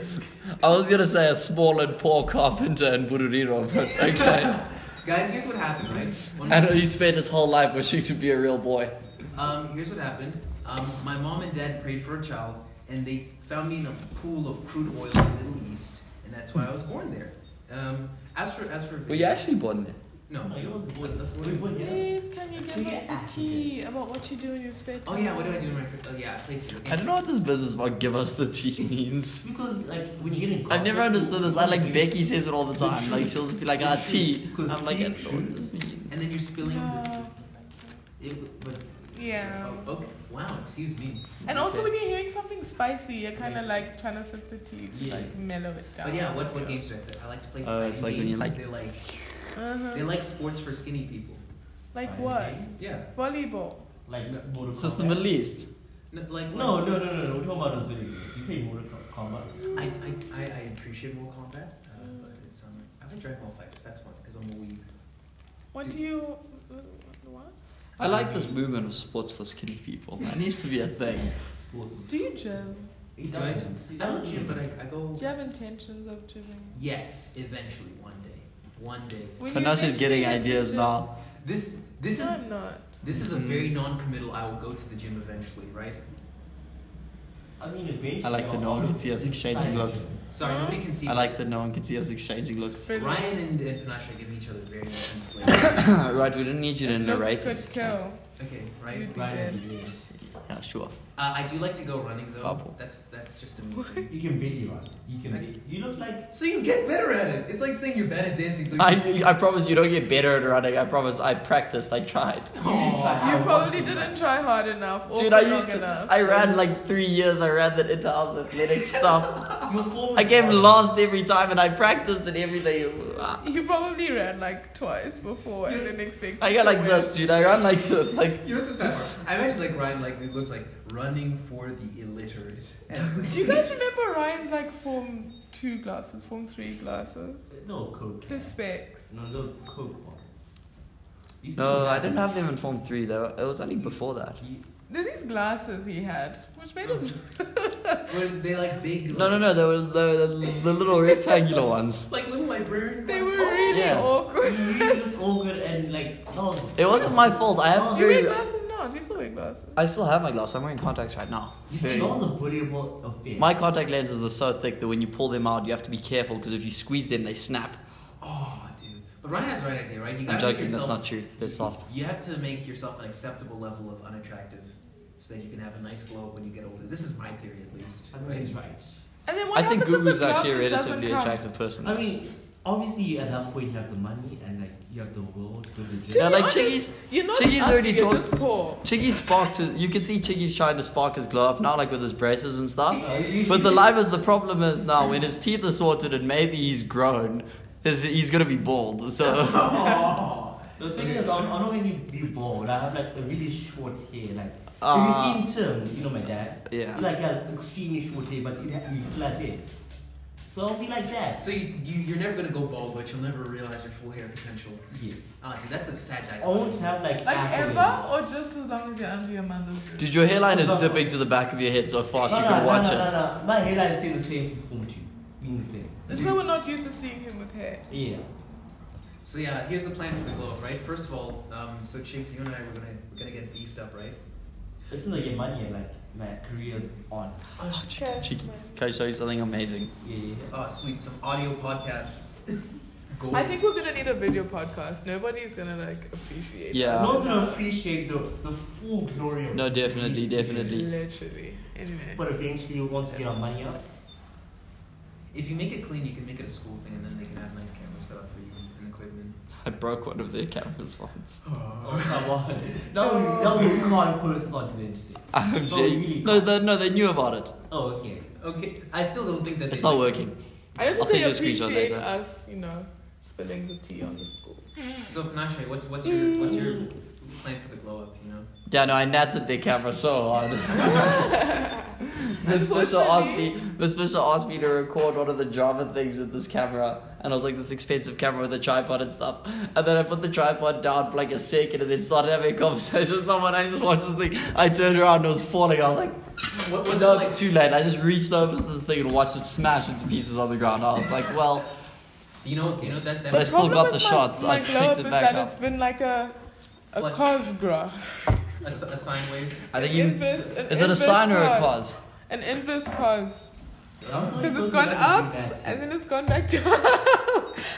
Speaker 2: I was gonna say a small and poor carpenter in Bururiro, but *laughs* okay.
Speaker 3: Guys, here's what happened, right? One-
Speaker 2: and he spent his whole life wishing to be a real boy.
Speaker 3: um, here's what happened. Um, my mom and dad prayed for a child, and they found me in a pool of crude oil in the Middle East, and that's why I was born there. Um, as for as for
Speaker 2: Were you actually born there?
Speaker 3: no,
Speaker 4: No, you wasn't born.
Speaker 3: That's- that's what
Speaker 4: You
Speaker 3: it is.
Speaker 4: were born here.
Speaker 1: please can you
Speaker 4: Can
Speaker 1: give
Speaker 4: you
Speaker 1: us
Speaker 4: ask
Speaker 1: the tea about what you do in your spare
Speaker 3: Oh
Speaker 1: time?
Speaker 3: yeah, what do I do in my free? Oh yeah, I play video games.
Speaker 2: I don't know what this business about give us the tea means.
Speaker 4: Because like when you get in.
Speaker 2: I've never understood this. I like Becky says it all the time. Like she'll just be like, ah, tea.
Speaker 4: Because
Speaker 2: I'm like, I
Speaker 4: tea
Speaker 2: don't know what this means.
Speaker 3: And then you're spilling the.
Speaker 1: No.
Speaker 4: It, but
Speaker 1: Yeah.
Speaker 3: Oh, okay. Wow. Excuse me.
Speaker 1: And also when you're hearing something spicy, you're kind of like trying to sip the tea to
Speaker 4: Yeah.
Speaker 1: like mellow it down.
Speaker 3: But yeah, what what games do I play? I like to play
Speaker 2: Oh,
Speaker 3: fighting
Speaker 2: it's like when
Speaker 3: games
Speaker 2: you like-
Speaker 3: because they're like
Speaker 1: Uh-huh.
Speaker 3: they're like sports for skinny people.
Speaker 1: Like
Speaker 4: Fighting
Speaker 1: what?
Speaker 4: games?
Speaker 3: Yeah.
Speaker 1: Volleyball.
Speaker 4: like
Speaker 3: No.
Speaker 4: Mortal
Speaker 2: It's just the
Speaker 4: Kombat.
Speaker 2: Middle East.
Speaker 3: No, like
Speaker 4: No, no, no, no, no. We're talking about those video games. You play Mortal Kombat.
Speaker 3: I, I, I, I appreciate Mortal Kombat, uh, but it's um, I like Dragon Ball Fighters. That's one because I'm a weeb.
Speaker 1: What do you? uh, What?
Speaker 2: I like this movement of sports for skinny people. That needs to be a thing.
Speaker 4: Sports. was-
Speaker 1: Do you gym?
Speaker 4: You
Speaker 3: Do I?
Speaker 4: don't gym. See,
Speaker 3: I don't
Speaker 4: that's
Speaker 3: gym,
Speaker 4: the
Speaker 3: but
Speaker 4: thing.
Speaker 3: I, I go.
Speaker 1: Do you have intentions of gymming?
Speaker 3: Yes, eventually, one day, one day.
Speaker 1: When
Speaker 2: But
Speaker 1: you
Speaker 2: now she's
Speaker 1: eventually
Speaker 2: getting
Speaker 1: get to
Speaker 2: ideas
Speaker 1: gym-
Speaker 2: now.
Speaker 3: This this
Speaker 1: No,
Speaker 3: is
Speaker 1: I'm not.
Speaker 3: this is a very
Speaker 2: Mm.
Speaker 3: non-committal. I will go to the gym eventually, right?
Speaker 4: I mean, eventually.
Speaker 2: I like the no one can see us exchanging looks.
Speaker 3: Sorry,
Speaker 1: Huh?
Speaker 3: nobody can see.
Speaker 2: I like that no one can see us exchanging looks.
Speaker 1: But-
Speaker 3: Ryan and, and Panache are giving each other very intense glares.
Speaker 2: *laughs* right, we didn't need you to
Speaker 1: If
Speaker 2: narrate.
Speaker 1: looks could kill.
Speaker 3: okay, right.
Speaker 1: You-
Speaker 2: Yeah, sure.
Speaker 3: Uh, I do like to go running though.
Speaker 2: Bubble.
Speaker 3: That's that's just a me thing.
Speaker 4: You can barely run. You can.
Speaker 3: can barely-
Speaker 4: You look like.
Speaker 3: So you get better at it. It's like saying you're bad at dancing. So you
Speaker 2: *laughs*
Speaker 3: *laughs*
Speaker 2: I, I promise you don't get better at running. I promise. I practiced. I tried.
Speaker 4: Aw.
Speaker 1: You probably didn't try hard enough or
Speaker 2: Dude,
Speaker 1: for
Speaker 2: I
Speaker 1: long
Speaker 2: used to.
Speaker 1: enough.
Speaker 2: I ran like three years. I ran that inter-house
Speaker 1: *laughs*
Speaker 2: athletic stuff.
Speaker 4: Your form.
Speaker 2: I
Speaker 4: is
Speaker 2: came
Speaker 4: fine.
Speaker 2: last every time, and I practiced it every day. Ah.
Speaker 1: you probably ran like twice before and didn't expect.
Speaker 2: I got
Speaker 1: to
Speaker 2: like
Speaker 1: win.
Speaker 2: this, dude. I ran like this. Like
Speaker 3: You know what's the sad part? I imagine like Ryan like it looks like running for the illiterate. And it's like,
Speaker 1: *laughs* Do you guys remember Ryan's like form two glasses, form three glasses?
Speaker 4: No coke.
Speaker 1: His specs.
Speaker 4: No, those coke ones. You still
Speaker 2: no, I didn't have them in form three though. It was only before that.
Speaker 4: You-
Speaker 1: There's these glasses he had, which made him.
Speaker 3: were they like big?
Speaker 2: No, no,
Speaker 3: like-
Speaker 2: no. They were the, the, the little rectangular ones.
Speaker 3: *laughs* Like little librarian.
Speaker 1: They were
Speaker 3: glasses. *laughs*
Speaker 1: really
Speaker 2: Yeah.
Speaker 1: awkward.
Speaker 4: you look all good and like. that was-
Speaker 2: It wasn't my fault. I have
Speaker 1: Oh. Do you wear
Speaker 2: to.
Speaker 1: glasses now? Do you still wear glasses?
Speaker 2: I still have my glasses. I'm wearing contacts right now.
Speaker 4: You see, that was a bullyable offense.
Speaker 2: My contact lenses are so thick that when you pull them out, you have to be careful because if you squeeze them, they snap.
Speaker 3: Oh, dude. But Ryan has the right idea, right? You
Speaker 2: I'm
Speaker 3: gotta make
Speaker 2: joking.
Speaker 3: yourself.
Speaker 2: That's not true. They're soft.
Speaker 3: You have to make yourself an acceptable level of unattractive, so that you can have a nice glow when you get older. This is my theory, at least.
Speaker 4: I mean,
Speaker 3: Right?
Speaker 4: he's right.
Speaker 1: And then what
Speaker 2: I think
Speaker 1: happens if
Speaker 2: Gugu's
Speaker 1: the glove
Speaker 2: actually a
Speaker 1: just doesn't
Speaker 2: relatively
Speaker 1: come?
Speaker 2: attractive person.
Speaker 4: I mean, obviously you, at that point you have the money and like you have the will to do the
Speaker 1: To
Speaker 2: Yeah,
Speaker 1: be
Speaker 2: like
Speaker 1: honest,
Speaker 2: Chiggy's-
Speaker 1: You're not
Speaker 2: Chiggy's
Speaker 1: ugly,
Speaker 2: already
Speaker 1: you're
Speaker 2: told-
Speaker 1: just poor.
Speaker 2: Chiggy sparked his. You can see Chiggy's trying to spark his glow up now, like with his braces and stuff.
Speaker 4: job.
Speaker 2: But the live is the problem is now when his teeth are sorted and maybe he's grown, is he's gonna be bald.
Speaker 4: *laughs*
Speaker 2: So
Speaker 4: The thing is, I'm, I'm not going to be bald. I have like a really short hair. Like,
Speaker 2: Ah.
Speaker 4: have you seen Tim? You know my dad.
Speaker 2: Yeah.
Speaker 4: He like has extremely short hair, but it he flat hair. So I'll be like that.
Speaker 3: So you, you you're never gonna go bald, but you'll never realize your full hair potential.
Speaker 4: yes.
Speaker 3: Ah, dude, that's a sad
Speaker 4: I
Speaker 3: dichotomy.
Speaker 4: won't have like.
Speaker 1: Like
Speaker 4: accolades.
Speaker 1: ever, or just as long as you're under your mother's roof?
Speaker 2: dude, your hairline is dipping to the back of your head so fast
Speaker 4: No,
Speaker 2: you
Speaker 4: no,
Speaker 2: can
Speaker 4: no,
Speaker 2: watch
Speaker 4: no,
Speaker 2: it.
Speaker 4: No, no, My hairline stays the same since form two. It's Been the same.
Speaker 1: That's why we're not used to seeing him with hair.
Speaker 4: Yeah.
Speaker 3: So yeah, here's the plan for the glow up, right? First of all, um, so Chiggs, you and I were gonna we're gonna get beefed up, right?
Speaker 4: As soon as I get money, I like my career's on.
Speaker 2: Oh, Chiggy, Chiggy, can I show you something amazing?
Speaker 4: Yeah, yeah. yeah.
Speaker 3: Oh, sweet, some audio podcast. Go.
Speaker 1: I think we're gonna need a video podcast. Nobody's gonna like appreciate.
Speaker 2: Yeah.
Speaker 1: us.
Speaker 4: No one's gonna appreciate the, the full glory of
Speaker 2: No, definitely, definitely.
Speaker 1: Literally. Anyway.
Speaker 4: But eventually, once we get our money up,
Speaker 3: If you make it clean, you can make it a school thing, and then they can have nice cameras set up for you and equipment.
Speaker 2: I broke one of their cameras once.
Speaker 4: *laughs* oh come on. Now we, now we can't put us onto the internet.
Speaker 2: I'm
Speaker 4: Oh,
Speaker 2: joking.
Speaker 4: really?
Speaker 2: No, they, no, they knew about it.
Speaker 4: Oh, okay.
Speaker 3: Okay, I still don't think that
Speaker 2: It's
Speaker 3: they
Speaker 2: not working.
Speaker 1: I don't
Speaker 2: I'll
Speaker 1: think they
Speaker 2: send you a screenshot
Speaker 1: appreciate
Speaker 2: later.
Speaker 1: us, you know, spilling the tea on the school.
Speaker 3: So Panache, what's what's your what's your plan for the glow up? You know,
Speaker 2: Yeah, no, I natted their camera so hard. Miss Fisher asked me. Miss Fisher asked me to record one of the drama things with this camera, and I was like, this expensive camera with a tripod and stuff. And then I put the tripod down for like a second, and then started having a conversation with someone. I just watched this thing. I turned around, it was falling. I was like,
Speaker 3: what
Speaker 2: was
Speaker 3: was
Speaker 2: no,
Speaker 3: it like?
Speaker 2: too late. I just reached over this thing and watched it smash into pieces on the ground. I was like, well,
Speaker 3: You know, you know that that
Speaker 2: But I still
Speaker 1: Problem
Speaker 2: got
Speaker 1: with
Speaker 2: the
Speaker 1: my-
Speaker 2: shots,
Speaker 1: My
Speaker 2: I
Speaker 1: glow
Speaker 2: picked
Speaker 1: up
Speaker 2: it
Speaker 1: is
Speaker 2: back
Speaker 1: that
Speaker 2: up.
Speaker 1: it's been like a a
Speaker 3: Like-
Speaker 1: cos graph.
Speaker 3: a, s- a sine wave.
Speaker 2: I think
Speaker 1: An
Speaker 2: you.
Speaker 1: inverse- an
Speaker 2: Is it a
Speaker 1: inverse
Speaker 2: sign or
Speaker 1: cos.
Speaker 2: a cause?
Speaker 1: An inverse cos. Because
Speaker 4: Because
Speaker 1: it's gone up and then it's gone back down. *laughs*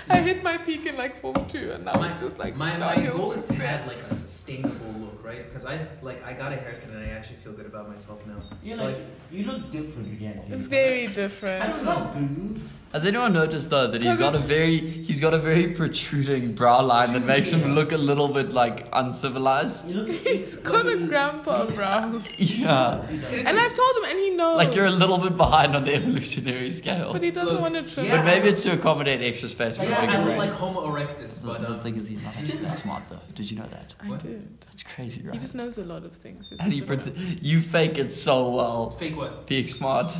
Speaker 1: I hit my peak in like form two and now
Speaker 3: my,
Speaker 1: I'm just like
Speaker 3: my, my
Speaker 1: downhill
Speaker 3: goal is
Speaker 1: since
Speaker 3: to
Speaker 1: then.
Speaker 3: have like a sustainable look, right? Because I like I got a haircut and I actually feel good about myself now.
Speaker 4: You're
Speaker 3: so
Speaker 4: like,
Speaker 3: like,
Speaker 4: you look different, yeah.
Speaker 1: Very
Speaker 4: I
Speaker 1: different.
Speaker 4: don't know, dude.
Speaker 2: Has anyone noticed though that he's
Speaker 1: Because
Speaker 2: got a very he's got a very protruding brow line that makes him
Speaker 4: Yeah.
Speaker 2: look a little bit like uncivilized?
Speaker 4: You look.
Speaker 1: *laughs* He's got a grandpa brows.
Speaker 2: Yeah.
Speaker 1: And I've told him and he knows.
Speaker 2: Like you're a little bit behind on the evolutionary scale.
Speaker 1: But he doesn't want to trim
Speaker 3: yeah.
Speaker 2: But
Speaker 1: it.
Speaker 2: maybe it's to accommodate extra space for
Speaker 3: yeah,
Speaker 2: a
Speaker 3: I
Speaker 2: bigger
Speaker 3: look
Speaker 2: brain.
Speaker 3: like Homo erectus, but
Speaker 2: the, the
Speaker 3: um,
Speaker 2: thing is he's not actually that smart though. Did you know that?
Speaker 1: I
Speaker 3: What?
Speaker 1: did.
Speaker 2: That's crazy, right?
Speaker 1: He just knows a lot of things. It's
Speaker 2: and he
Speaker 1: different.
Speaker 2: pret- you fake it so well.
Speaker 3: fake what?
Speaker 2: Being smart.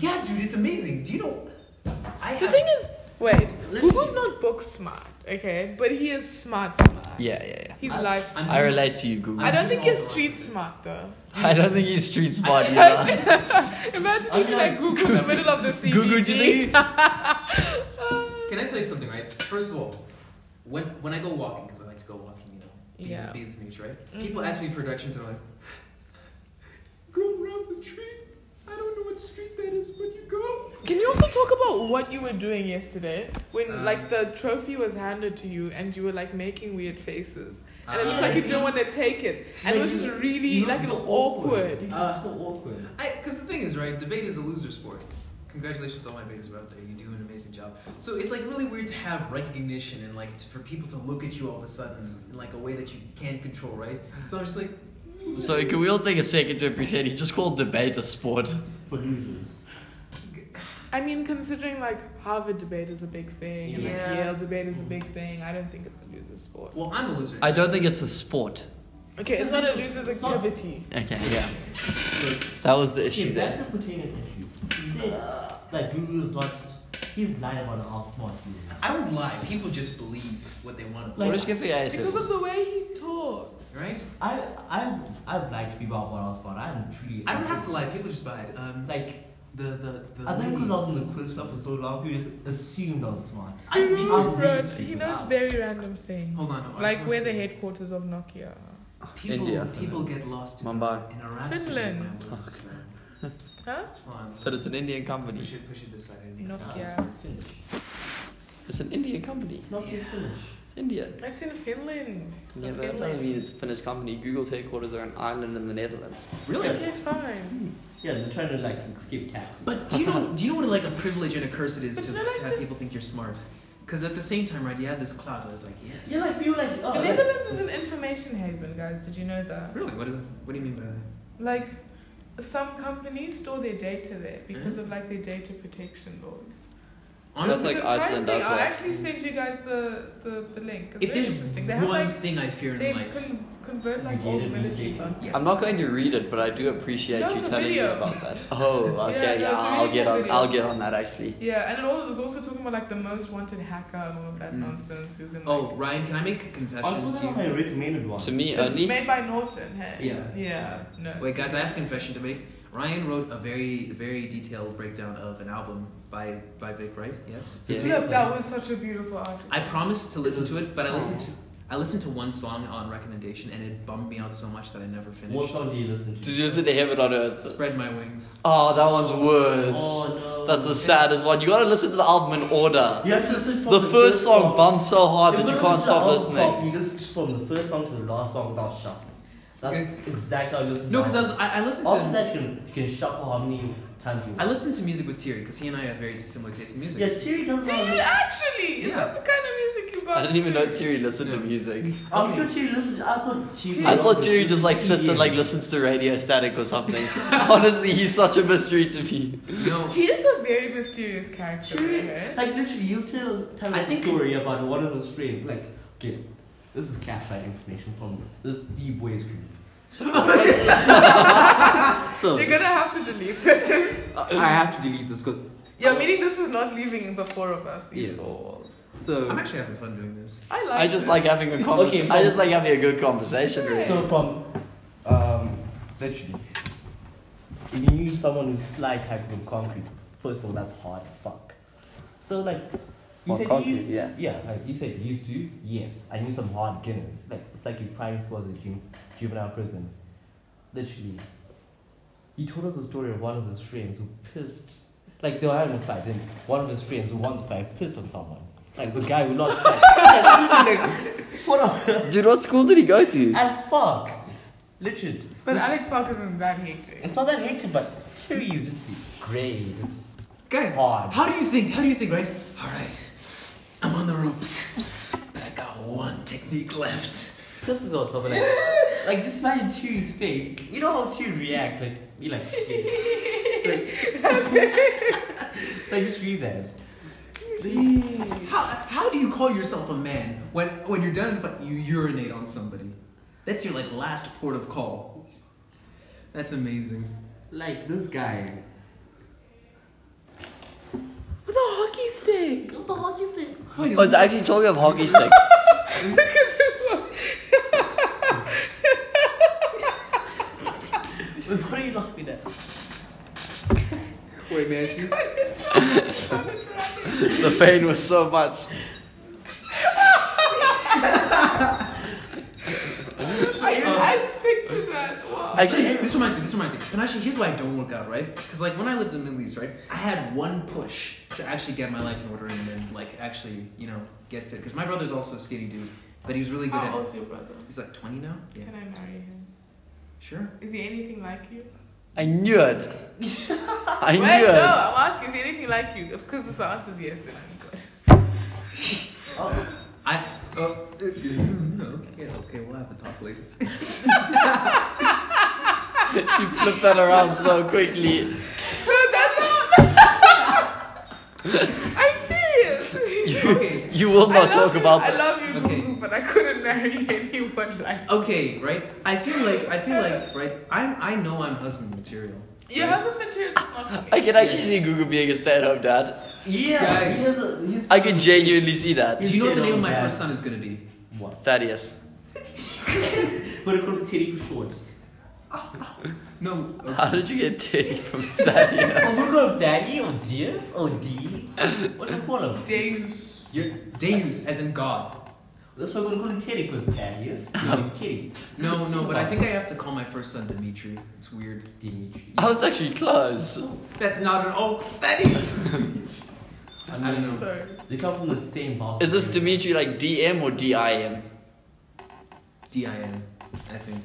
Speaker 3: Yeah, dude, it's amazing. Do you know? I
Speaker 1: The
Speaker 3: have-
Speaker 1: thing is, wait, Google's not book smart, okay? But he is smart smart.
Speaker 2: Yeah, yeah, yeah.
Speaker 1: He's
Speaker 3: I-
Speaker 1: life smart.
Speaker 3: I'm-
Speaker 2: I relate to you, Google.
Speaker 1: I don't think he's street smart though.
Speaker 2: I don't think he's street smart either.
Speaker 1: Imagine
Speaker 4: I'm
Speaker 1: if you like
Speaker 4: like-
Speaker 1: Google in the middle of the CBD.
Speaker 2: Google, do
Speaker 1: E
Speaker 2: you think?
Speaker 3: Can I tell you something, right? First of all, when when I go walking, because I like to go walking, you know, be-
Speaker 1: Yeah. Mm-hmm.
Speaker 3: be with nature, right? People ask me for directions, and I'm like, go around the tree. I don't know what street that is, but you go.
Speaker 1: Can you also talk about what you were doing yesterday when
Speaker 3: Um,
Speaker 1: like the trophy was handed to you and you were like making weird faces and it
Speaker 3: Uh,
Speaker 1: looked like you didn't want to take it and it was just really
Speaker 4: You look
Speaker 1: like an
Speaker 4: so
Speaker 1: awkward.
Speaker 4: You look
Speaker 3: Uh,
Speaker 4: so awkward.
Speaker 3: I because the thing is, right? Debate is a loser sport. Congratulations to all my debaters who are out there. You do an amazing job. So it's like really weird to have recognition and like to, for people to look at you all of a sudden in like a way that you can't control, right? So I'm just like,
Speaker 2: So can we all take a second to appreciate he just called debate a sport?
Speaker 4: For losers.
Speaker 1: I mean, considering like Harvard debate is a big thing, and
Speaker 3: Yeah.
Speaker 1: like Yale debate is a big thing, I don't think it's a loser's sport.
Speaker 3: well, I'm a loser.
Speaker 2: I don't think it's a sport.
Speaker 1: Okay, it's not a loser's activity.
Speaker 2: Okay, yeah. That was the
Speaker 4: Okay,
Speaker 2: issue
Speaker 4: that's
Speaker 2: there.
Speaker 4: a pertinent issue. He said that Google is not. He's lying about how smart he is.
Speaker 3: I don't lie. People just believe what they want to believe,
Speaker 2: What is good for your
Speaker 1: Because
Speaker 2: ASL?
Speaker 1: of the way he talks.
Speaker 3: right?
Speaker 4: I I I've lied to people about what I was about. I'm truly.
Speaker 3: I don't have to lie. People just buy it. Um,
Speaker 4: Like
Speaker 3: the the the.
Speaker 4: I think because I was in
Speaker 3: ladies.
Speaker 4: the quiz club for so long, people just assumed I was smart.
Speaker 3: I
Speaker 1: He
Speaker 3: mean,
Speaker 1: knows
Speaker 4: I'm
Speaker 1: ran-
Speaker 4: really
Speaker 1: he
Speaker 4: straight
Speaker 1: knows
Speaker 4: now.
Speaker 1: very random things.
Speaker 3: Hold on, hold on, I
Speaker 1: Like
Speaker 3: just
Speaker 1: where the
Speaker 3: wanna see.
Speaker 1: headquarters of Nokia are.
Speaker 3: people
Speaker 2: India.
Speaker 3: people get lost in
Speaker 2: Mumbai.
Speaker 3: in a rhapsody of
Speaker 1: Finland.
Speaker 3: my words, so-
Speaker 1: Huh?
Speaker 3: Hold on.
Speaker 2: But it's an Indian
Speaker 3: We
Speaker 2: company.
Speaker 3: should push it this side. I think.
Speaker 4: Ah,
Speaker 1: Nokia.
Speaker 4: so it's Finnish.
Speaker 2: It's an Indian company.
Speaker 4: Not just Finnish.
Speaker 2: It's India.
Speaker 1: That's in Finland. It's in
Speaker 2: Yeah, but that doesn't
Speaker 1: Finland.
Speaker 2: mean it's a Finnish company. Google's headquarters are in Ireland and the Netherlands.
Speaker 1: Okay, fine.
Speaker 4: Yeah, they're trying to like escape taxes.
Speaker 3: But do you know do you know what like a privilege and a curse it is
Speaker 1: But
Speaker 3: to,
Speaker 1: then I
Speaker 3: to have
Speaker 1: think-
Speaker 3: people think you're smart? Because at the same time, right, you have this cloud that is like, yes.
Speaker 4: Yeah, like people like oh,
Speaker 1: The
Speaker 4: like,
Speaker 1: Netherlands is an information haven, guys. Did you know that?
Speaker 3: Really? What, is, what do you mean by that?
Speaker 1: Like, some companies store their data there because of like their data protection laws.
Speaker 2: That's
Speaker 3: Honestly,
Speaker 2: like
Speaker 1: The
Speaker 2: Iceland
Speaker 1: country-
Speaker 2: as
Speaker 1: I'll
Speaker 2: well.
Speaker 1: actually send you guys the, the, the link. It's
Speaker 3: if
Speaker 1: very
Speaker 3: there's
Speaker 1: interesting. They have
Speaker 3: one
Speaker 1: like
Speaker 3: thing I fear
Speaker 1: they
Speaker 3: in life,
Speaker 1: con- convert like
Speaker 4: Get
Speaker 1: old
Speaker 4: it,
Speaker 1: military
Speaker 4: get it.
Speaker 1: bunks.
Speaker 2: I'm not going to read it, but I do appreciate
Speaker 1: No,
Speaker 2: you
Speaker 1: it's a
Speaker 2: telling me
Speaker 1: video.
Speaker 2: about
Speaker 1: *laughs*
Speaker 2: that. Oh,
Speaker 1: Yeah,
Speaker 2: okay,
Speaker 1: no,
Speaker 2: yeah,
Speaker 1: it's a
Speaker 2: I'll
Speaker 1: really
Speaker 2: get
Speaker 1: cool
Speaker 2: on.
Speaker 1: video.
Speaker 2: I'll get on that actually.
Speaker 1: Yeah, and it, all, it was also talking about like the most wanted hacker and all of that
Speaker 3: Mm.
Speaker 1: nonsense. Who's in like,
Speaker 3: oh, Ryan, can I make a confession
Speaker 4: also
Speaker 3: to
Speaker 4: one of
Speaker 3: you?
Speaker 4: my recommended ones.
Speaker 2: To me
Speaker 1: It's
Speaker 2: only.
Speaker 1: Made by Norton, hey?
Speaker 3: Yeah.
Speaker 1: Yeah, no.
Speaker 3: Wait, guys, I have a confession to make. Ryan wrote a very, very detailed breakdown of an album by by Vic, right? Yes.
Speaker 2: Yeah.
Speaker 1: Look, that was such a beautiful artist.
Speaker 3: I promised to listen to it, but I listened to I listened to one song on recommendation, and it bummed me out so much that I never
Speaker 4: What
Speaker 3: finished.
Speaker 4: song do you listen
Speaker 2: Did
Speaker 4: to?
Speaker 2: you listen to Heaven on Earth?
Speaker 3: Spread my wings.
Speaker 2: Oh, that one's worse.
Speaker 4: Oh no.
Speaker 2: That's the saddest one. You gotta listen to the album in order.
Speaker 4: You have to listen from
Speaker 2: The first song
Speaker 4: song.
Speaker 2: bumps so hard
Speaker 4: If
Speaker 2: that you
Speaker 4: listen
Speaker 2: can't
Speaker 4: to
Speaker 2: stop
Speaker 4: the whole
Speaker 2: listening.
Speaker 4: song, You listen from the first song to the last song without shuffling. That's
Speaker 3: Okay.
Speaker 4: exactly how you listen.
Speaker 3: No,
Speaker 4: to
Speaker 3: because I was
Speaker 4: albums.
Speaker 3: I, I listened
Speaker 4: after
Speaker 3: to
Speaker 4: that you can, you can shuffle how many times you
Speaker 3: I
Speaker 4: want.
Speaker 3: listened to music with Thierry because he and I have very dissimilar taste in music.
Speaker 4: Yeah, Thierry doesn't.
Speaker 1: Do
Speaker 4: have-
Speaker 1: you actually? Is
Speaker 3: Yeah.
Speaker 1: that the kind of music you got?
Speaker 2: I didn't even know Thierry listened to
Speaker 3: Yeah.
Speaker 2: music.
Speaker 4: I'm
Speaker 3: Okay.
Speaker 4: sure Thierry listens. I thought Thierry.
Speaker 2: I thought
Speaker 4: was
Speaker 2: Thierry just like
Speaker 4: listening to
Speaker 2: sits and like
Speaker 4: EDM.
Speaker 2: listens to Radio Static or something. *laughs* Honestly, he's such a mystery to me.
Speaker 3: No,
Speaker 1: He is a very mysterious character,
Speaker 4: True.
Speaker 1: okay?
Speaker 4: Like literally, you tell tell
Speaker 3: I
Speaker 4: us a
Speaker 3: think-
Speaker 4: story about one of his friends. Like, okay, this is classified information from this is the boys group.
Speaker 5: *laughs* So,
Speaker 1: You're gonna have to delete *laughs* it.
Speaker 5: I I have to delete this because.
Speaker 1: yeah, meaning this is not leaving the four of us. These
Speaker 5: Yes.
Speaker 1: fools.
Speaker 5: So,
Speaker 3: I'm actually having fun doing this.
Speaker 1: I like
Speaker 2: I just
Speaker 1: it.
Speaker 2: like having a conversation.
Speaker 4: Okay,
Speaker 2: I just like having a good conversation. Really.
Speaker 4: So from, um, literally, if you use someone who's sly type of concrete, first of all, that's hard as fuck. So like, you
Speaker 2: Well,
Speaker 4: said
Speaker 2: concrete,
Speaker 4: you used,
Speaker 1: *laughs*
Speaker 2: yeah.
Speaker 4: yeah, like you said you used to. Yes, I knew some hard Guinness. Like it's like your primary school as a ju- juvenile prison. Literally, he told us a story of one of his friends who pissed. Like they were having a fight, and one of his friends who won the fight pissed on someone. Like the guy who lost. the fight. like, what a
Speaker 2: Dude, what school did he go to?
Speaker 4: and Spark. Literally.
Speaker 1: But Alex Park isn't that hectic. *laughs*
Speaker 4: It's not that hated, but Terry is just great. It's
Speaker 3: Guys,
Speaker 4: Odd.
Speaker 3: how do you think? How do you think, right? All right, I'm on the ropes, but I got one technique left.
Speaker 4: this is also like, *laughs* like just imagine Terry's face. You know how Terry react, like be like shit. *laughs* like, like just read that. Jeez.
Speaker 3: How, how do you call yourself a man when when you're done in fight, you urinate on somebody? That's your like last port of call. That's amazing.
Speaker 4: Like this guy. With a hockey stick! With a hockey stick!
Speaker 3: Wait,
Speaker 2: I was Oh, actually talking of hockey sticks.
Speaker 4: What are you laughing at?
Speaker 3: wait, man. she-
Speaker 2: the pain was so much.
Speaker 1: I,
Speaker 2: Uh,
Speaker 1: I pictured that. Wow.
Speaker 2: Actually,
Speaker 3: This reminds me. This reminds me. But actually, here's why I don't work out, right? Because like when I lived in the Middle East, right, I had one push to actually get my life in order and then like actually you know get fit. Because my brother's also a skinny dude, but he's really good
Speaker 1: How
Speaker 3: at.
Speaker 1: old's your brother?
Speaker 3: He's like 20 now. Yeah.
Speaker 1: Can I marry him?
Speaker 3: Sure.
Speaker 1: Is he anything like you?
Speaker 2: I knew it. I
Speaker 1: Wait,
Speaker 2: knew
Speaker 1: no,
Speaker 2: it.
Speaker 1: I'm asking, is he anything like you? Of course, if the answer is yes, then I'm good.
Speaker 3: I. Oh. *laughs* uh, Okay. Yeah, okay. We'll have a talk later.
Speaker 2: *laughs* You flipped that around so quickly.
Speaker 1: Dude, that's
Speaker 2: *laughs*
Speaker 1: not. I'm serious. *laughs*
Speaker 3: okay.
Speaker 2: You will
Speaker 1: I
Speaker 2: not
Speaker 1: love
Speaker 2: talk
Speaker 1: you,
Speaker 2: about
Speaker 1: I
Speaker 2: that.
Speaker 1: love you,
Speaker 3: Okay.
Speaker 1: Gugu, but I couldn't marry *laughs* anyone like
Speaker 3: Okay, right? I feel like I feel like right. I'm I know I'm husband material.
Speaker 1: you.
Speaker 3: right?
Speaker 1: Your husband material is not for
Speaker 2: I
Speaker 1: me.
Speaker 2: can actually see Google being a stay-at-home dad.
Speaker 4: Yeah,
Speaker 3: Guys.
Speaker 4: he has a, he's
Speaker 2: I can genuinely see that.
Speaker 3: Do you know what the name of my
Speaker 4: Yeah.
Speaker 3: first son is gonna be?
Speaker 4: What?
Speaker 2: Thaddeus.
Speaker 4: But it could be Teddy for short.
Speaker 3: No. uh,
Speaker 2: How did you get Teddy *laughs* from Thaddeus?
Speaker 4: Oh, we're going Daddy or Dears or D? What do you call him?
Speaker 1: Deus.
Speaker 3: Your Deus as in God.
Speaker 4: That's why we're going to call him Teddy because
Speaker 2: *laughs*
Speaker 4: Daddy is and Teddy.
Speaker 3: No, no. But I think I have to call my first son Dimitri. It's weird.
Speaker 4: Dimitri.
Speaker 2: I was actually close.
Speaker 3: That's not an oh. That *laughs* is. I don't know.
Speaker 1: Sorry.
Speaker 4: They come from the same house.
Speaker 2: Is this Dimitri like DM or DIM?
Speaker 3: D I N. I think.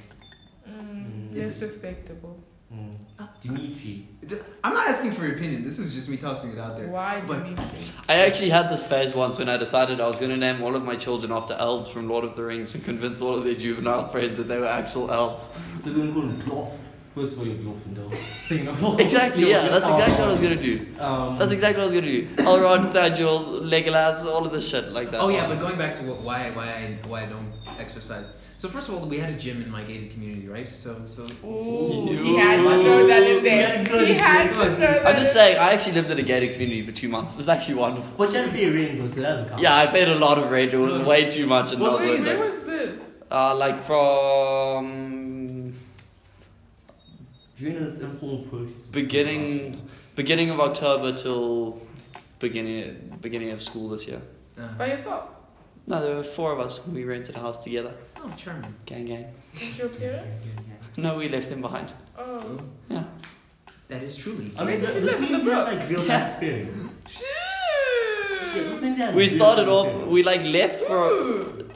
Speaker 1: Mm,
Speaker 3: It's-
Speaker 1: it's mm, respectable.
Speaker 4: Mm.
Speaker 3: Ah,
Speaker 6: Dimitri.
Speaker 3: D- I'm not asking for your opinion. This is just me tossing it out there.
Speaker 1: Why
Speaker 3: But-
Speaker 1: Dimitri?
Speaker 2: I actually had this phase once when I decided I was going to name all of my children after elves from Lord of the Rings and convince all of their juvenile friends that they were actual
Speaker 3: *laughs*
Speaker 2: elves.
Speaker 4: So we're gonna call him Dwarf. First of all, you're *laughs* Dwarfendale. Second of all,
Speaker 2: *laughs* Exactly, yeah, that's exactly what I was going to do.
Speaker 4: to. Oh. Um,
Speaker 2: That's exactly what I was going to do. Elrond, Thaddeal, Legolas, all of this shit like that.
Speaker 3: Oh yeah, but going back to what, why why I, why I don't exercise. So first of all, we had a gym in my gated community, right? So so
Speaker 1: Ooh, he had to throw that in there. He had to throw that
Speaker 2: I'm just
Speaker 1: in
Speaker 2: saying, I actually lived in a gated community for two months. It's actually wonderful.
Speaker 4: But you have to be a rain though, so that doesn't count.
Speaker 2: Yeah, I paid a lot of rent. It was way too much and
Speaker 3: Well,
Speaker 2: not
Speaker 1: Wait,
Speaker 2: worth
Speaker 1: where
Speaker 2: it.
Speaker 1: was this?
Speaker 2: Uh, like from
Speaker 4: During this informal protest.
Speaker 2: beginning beginning of October till beginning beginning of school this year.
Speaker 3: uh,
Speaker 1: By yourself?
Speaker 2: No, there were four of us. We rented a house together.
Speaker 3: oh charming.
Speaker 2: Gang, gang. *laughs*
Speaker 1: With your parents?
Speaker 2: No, we left them behind.
Speaker 1: Oh.
Speaker 2: Yeah.
Speaker 3: That is truly.
Speaker 4: I mean,
Speaker 1: Wait,
Speaker 4: th-
Speaker 1: did
Speaker 4: this
Speaker 1: you live
Speaker 4: means
Speaker 1: in
Speaker 4: you
Speaker 1: the
Speaker 4: have like real life
Speaker 2: Yeah.
Speaker 4: experience. Shit, this
Speaker 1: Shoot!
Speaker 4: means you have
Speaker 2: We
Speaker 4: real
Speaker 2: started
Speaker 4: life
Speaker 2: off.
Speaker 4: experience.
Speaker 2: We like left for
Speaker 1: Ooh,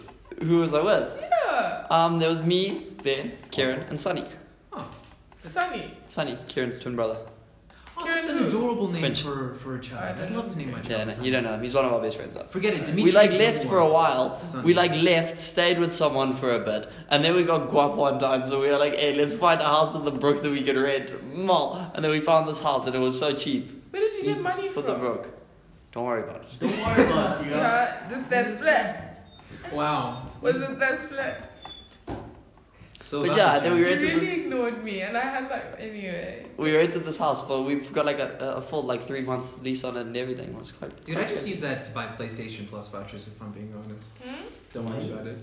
Speaker 2: who was I with?
Speaker 1: yeah.
Speaker 2: Um, there was me, Ben, Karen, and Sunny.
Speaker 3: Oh,
Speaker 1: Sunny.
Speaker 2: Sunny, Karen's twin brother.
Speaker 3: oh that's an
Speaker 1: Karen who?
Speaker 3: adorable name
Speaker 2: Finch.
Speaker 3: for, for a child. I'd love to name my child.
Speaker 2: Yeah, no,
Speaker 3: son.
Speaker 2: you don't know him. He's one of our best friends. Though.
Speaker 3: Forget it, Dimitri.
Speaker 2: We like
Speaker 3: is
Speaker 2: left
Speaker 3: number
Speaker 2: for a
Speaker 3: one.
Speaker 2: while.
Speaker 3: Son.
Speaker 2: We like left, stayed with someone for a bit, and then we got guap one time. So we were like, "Hey, let's find a house in the brook that we could rent." Mall, and then we found this house, and it was so cheap
Speaker 1: Where did you get money
Speaker 2: for the
Speaker 1: from?
Speaker 2: brook. Don't worry about it.
Speaker 4: Don't worry about it, you know.
Speaker 1: Yeah, this that's flat.
Speaker 3: Wow.
Speaker 1: Was it that's flat?
Speaker 3: So
Speaker 2: But
Speaker 3: about
Speaker 2: yeah,
Speaker 3: the
Speaker 2: then
Speaker 3: gym.
Speaker 2: we
Speaker 1: You
Speaker 2: rented
Speaker 1: really
Speaker 2: this.
Speaker 1: ignored me, and I had like anyway.
Speaker 2: We rented this house, but we've got like a, a full like three month lease on it and everything. It was quite.
Speaker 3: Dude, I just use that to buy PlayStation Plus vouchers if I'm being honest.
Speaker 1: Hmm?
Speaker 3: Don't worry about
Speaker 2: *laughs*
Speaker 3: it.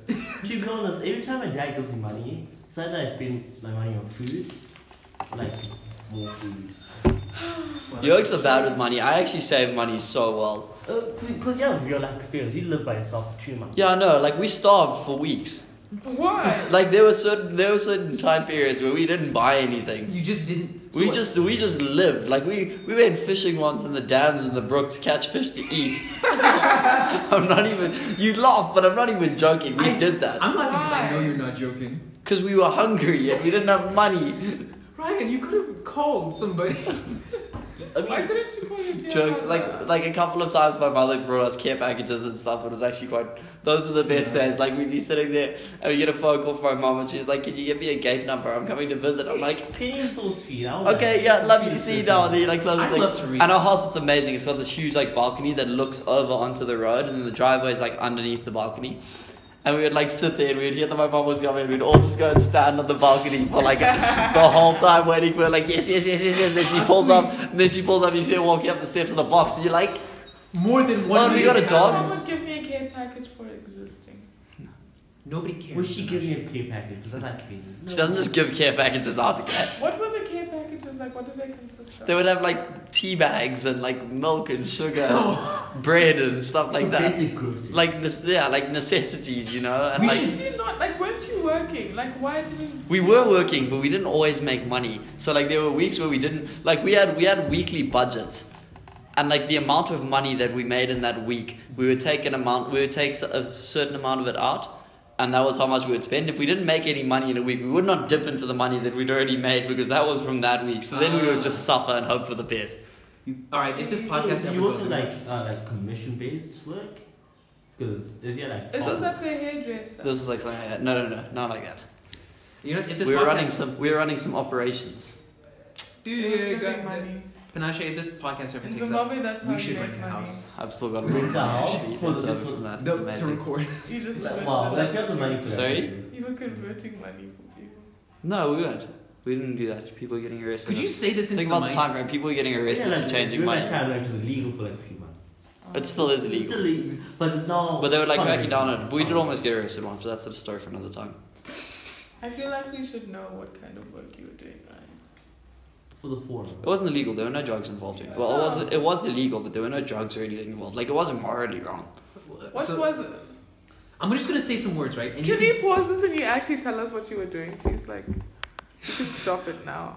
Speaker 4: To be honest, every time my dad gives me money, it's either I spend my money on food, like more food.
Speaker 3: Well,
Speaker 2: You're
Speaker 3: Oh, that's-
Speaker 2: so bad with money. I actually save money so well.
Speaker 4: Because Uh, you have real life experience. You live by yourself for two months.
Speaker 2: Yeah, I know. Like we starved for weeks.
Speaker 1: Why?
Speaker 2: Like there were certain there were certain time periods where we didn't buy anything.
Speaker 3: You just didn't. so
Speaker 2: We
Speaker 3: what?
Speaker 2: just we just lived. Like we we went fishing once in the dams and the brook to catch fish to eat. *laughs* I'm not even. You laugh, but I'm not even joking. We
Speaker 3: I-
Speaker 2: did that
Speaker 3: I'm laughing because I know
Speaker 1: Why?
Speaker 3: you're not joking.
Speaker 2: because we were hungry and we didn't have money.
Speaker 3: Ryan, you could have
Speaker 2: *laughs*
Speaker 3: called somebody.
Speaker 4: I
Speaker 1: Why
Speaker 4: mean,
Speaker 1: couldn't you call your dear
Speaker 2: Jokes like
Speaker 1: mother?
Speaker 2: like a couple of times my mother brought us care packages and stuff. It was actually quite. Those are the best
Speaker 3: Yeah.
Speaker 2: days. Like we'd be sitting there and we get a phone call from my mom and she's like, "Can you get me a gate number? I'm coming to visit." I'm like.
Speaker 4: penny sauce feed.
Speaker 3: Oh
Speaker 4: I want
Speaker 2: Okay,
Speaker 4: that.
Speaker 2: yeah, love you.
Speaker 4: Feed
Speaker 2: See you
Speaker 4: is
Speaker 2: now, and
Speaker 4: different.
Speaker 2: then you like close the
Speaker 3: I'd
Speaker 2: thing.
Speaker 3: love to read
Speaker 2: And our house, it's amazing. It's got this huge like balcony that looks over onto the road, and then the driveway is like underneath the balcony. And we would like sit there, and we'd hear that my mom was coming, and we'd all just go and stand on the balcony for
Speaker 3: *laughs*
Speaker 2: like the whole time waiting for her, like yes, yes, yes, yes, yes. And then
Speaker 3: Oh,
Speaker 2: she pulls up, and then she pulls up, you see her walking up the steps of the box, and you're like,
Speaker 3: More than one.
Speaker 2: Well, we got a dog.
Speaker 1: Mom would give me a care package for existing.
Speaker 3: Nobody cares.
Speaker 4: Would she give me a care package? Because I like penny.
Speaker 2: she doesn't just give care packages out to cat.
Speaker 1: What were the care packages like? What did they consist of?
Speaker 2: They would have like tea bags and like milk and sugar,
Speaker 3: *laughs* No.
Speaker 2: and bread and stuff like
Speaker 4: so
Speaker 2: that.
Speaker 4: Basic groceries.
Speaker 2: Like this, yeah, like necessities, you know. And
Speaker 3: We
Speaker 2: like,
Speaker 3: should
Speaker 1: Did you not like? Weren't you working? Like why didn't?
Speaker 2: We were working, but we didn't always make money. So like there were weeks where we didn't like we had we had weekly budgets. And like the amount of money that we made in that week, we would take an amount we would take a certain amount of it out. And that was how much we would spend. If we didn't make any money in a week, we would not dip into the money that we'd already made because that was from that week. So then we would just suffer and hope for the best.
Speaker 3: You- all right, if this
Speaker 4: So
Speaker 3: podcast
Speaker 4: do
Speaker 3: ever
Speaker 4: you
Speaker 3: goes
Speaker 4: also
Speaker 3: in-
Speaker 4: like uh, like commission based work? Because if you're like
Speaker 1: Is
Speaker 2: So-
Speaker 1: this like the hairdresser?
Speaker 2: This is like something like that. No, no, no, not like that.
Speaker 3: you know, if this
Speaker 2: We were
Speaker 3: podcast,
Speaker 2: running
Speaker 3: *laughs*
Speaker 2: some we were running some operations.
Speaker 3: Dear
Speaker 1: Giving
Speaker 3: God,
Speaker 1: money.
Speaker 3: Panache, if this podcast ever
Speaker 1: In
Speaker 3: takes up,
Speaker 1: Zimbabwe, that's how
Speaker 3: we
Speaker 1: you
Speaker 3: should
Speaker 1: make
Speaker 3: rent a
Speaker 1: money.
Speaker 3: house
Speaker 2: I've still got
Speaker 4: Rent a house
Speaker 2: actually,
Speaker 4: for the-
Speaker 2: left over from that. It's
Speaker 3: No, to
Speaker 2: amazing.
Speaker 3: record.
Speaker 1: *laughs* You just went
Speaker 4: wow,
Speaker 1: to
Speaker 4: like you
Speaker 1: the
Speaker 4: have the
Speaker 1: *laughs*
Speaker 4: money for that.
Speaker 2: Sorry?
Speaker 1: You were converting money for people.
Speaker 2: No, we weren't. We didn't do that. People were getting arrested.
Speaker 3: Could you say this into
Speaker 2: think
Speaker 3: the
Speaker 2: about the
Speaker 3: mic?
Speaker 2: time frame? People were getting arrested
Speaker 4: yeah,
Speaker 2: for
Speaker 4: like,
Speaker 2: changing
Speaker 4: we were,
Speaker 2: money.
Speaker 4: Like uh, traveling to the legal for like a few months.
Speaker 2: It still is
Speaker 4: It's
Speaker 2: illegal.
Speaker 4: still legal, but it's now.
Speaker 2: But they were like
Speaker 4: Sorry.
Speaker 2: cracking down on it. We did almost get arrested once, but that's a story for another time.
Speaker 1: I feel like we should know what kind of work you were doing, right?
Speaker 4: for the forum.
Speaker 2: It wasn't illegal. There were no drugs involved. in it. Well, it was it was illegal, but there were no drugs or anything involved. Like it wasn't morally wrong.
Speaker 1: What
Speaker 3: So,
Speaker 1: was it?
Speaker 3: I'm just gonna say some words, right? And
Speaker 1: Can you pause this and you actually tell us what you were doing, please? Like, you can stop it now.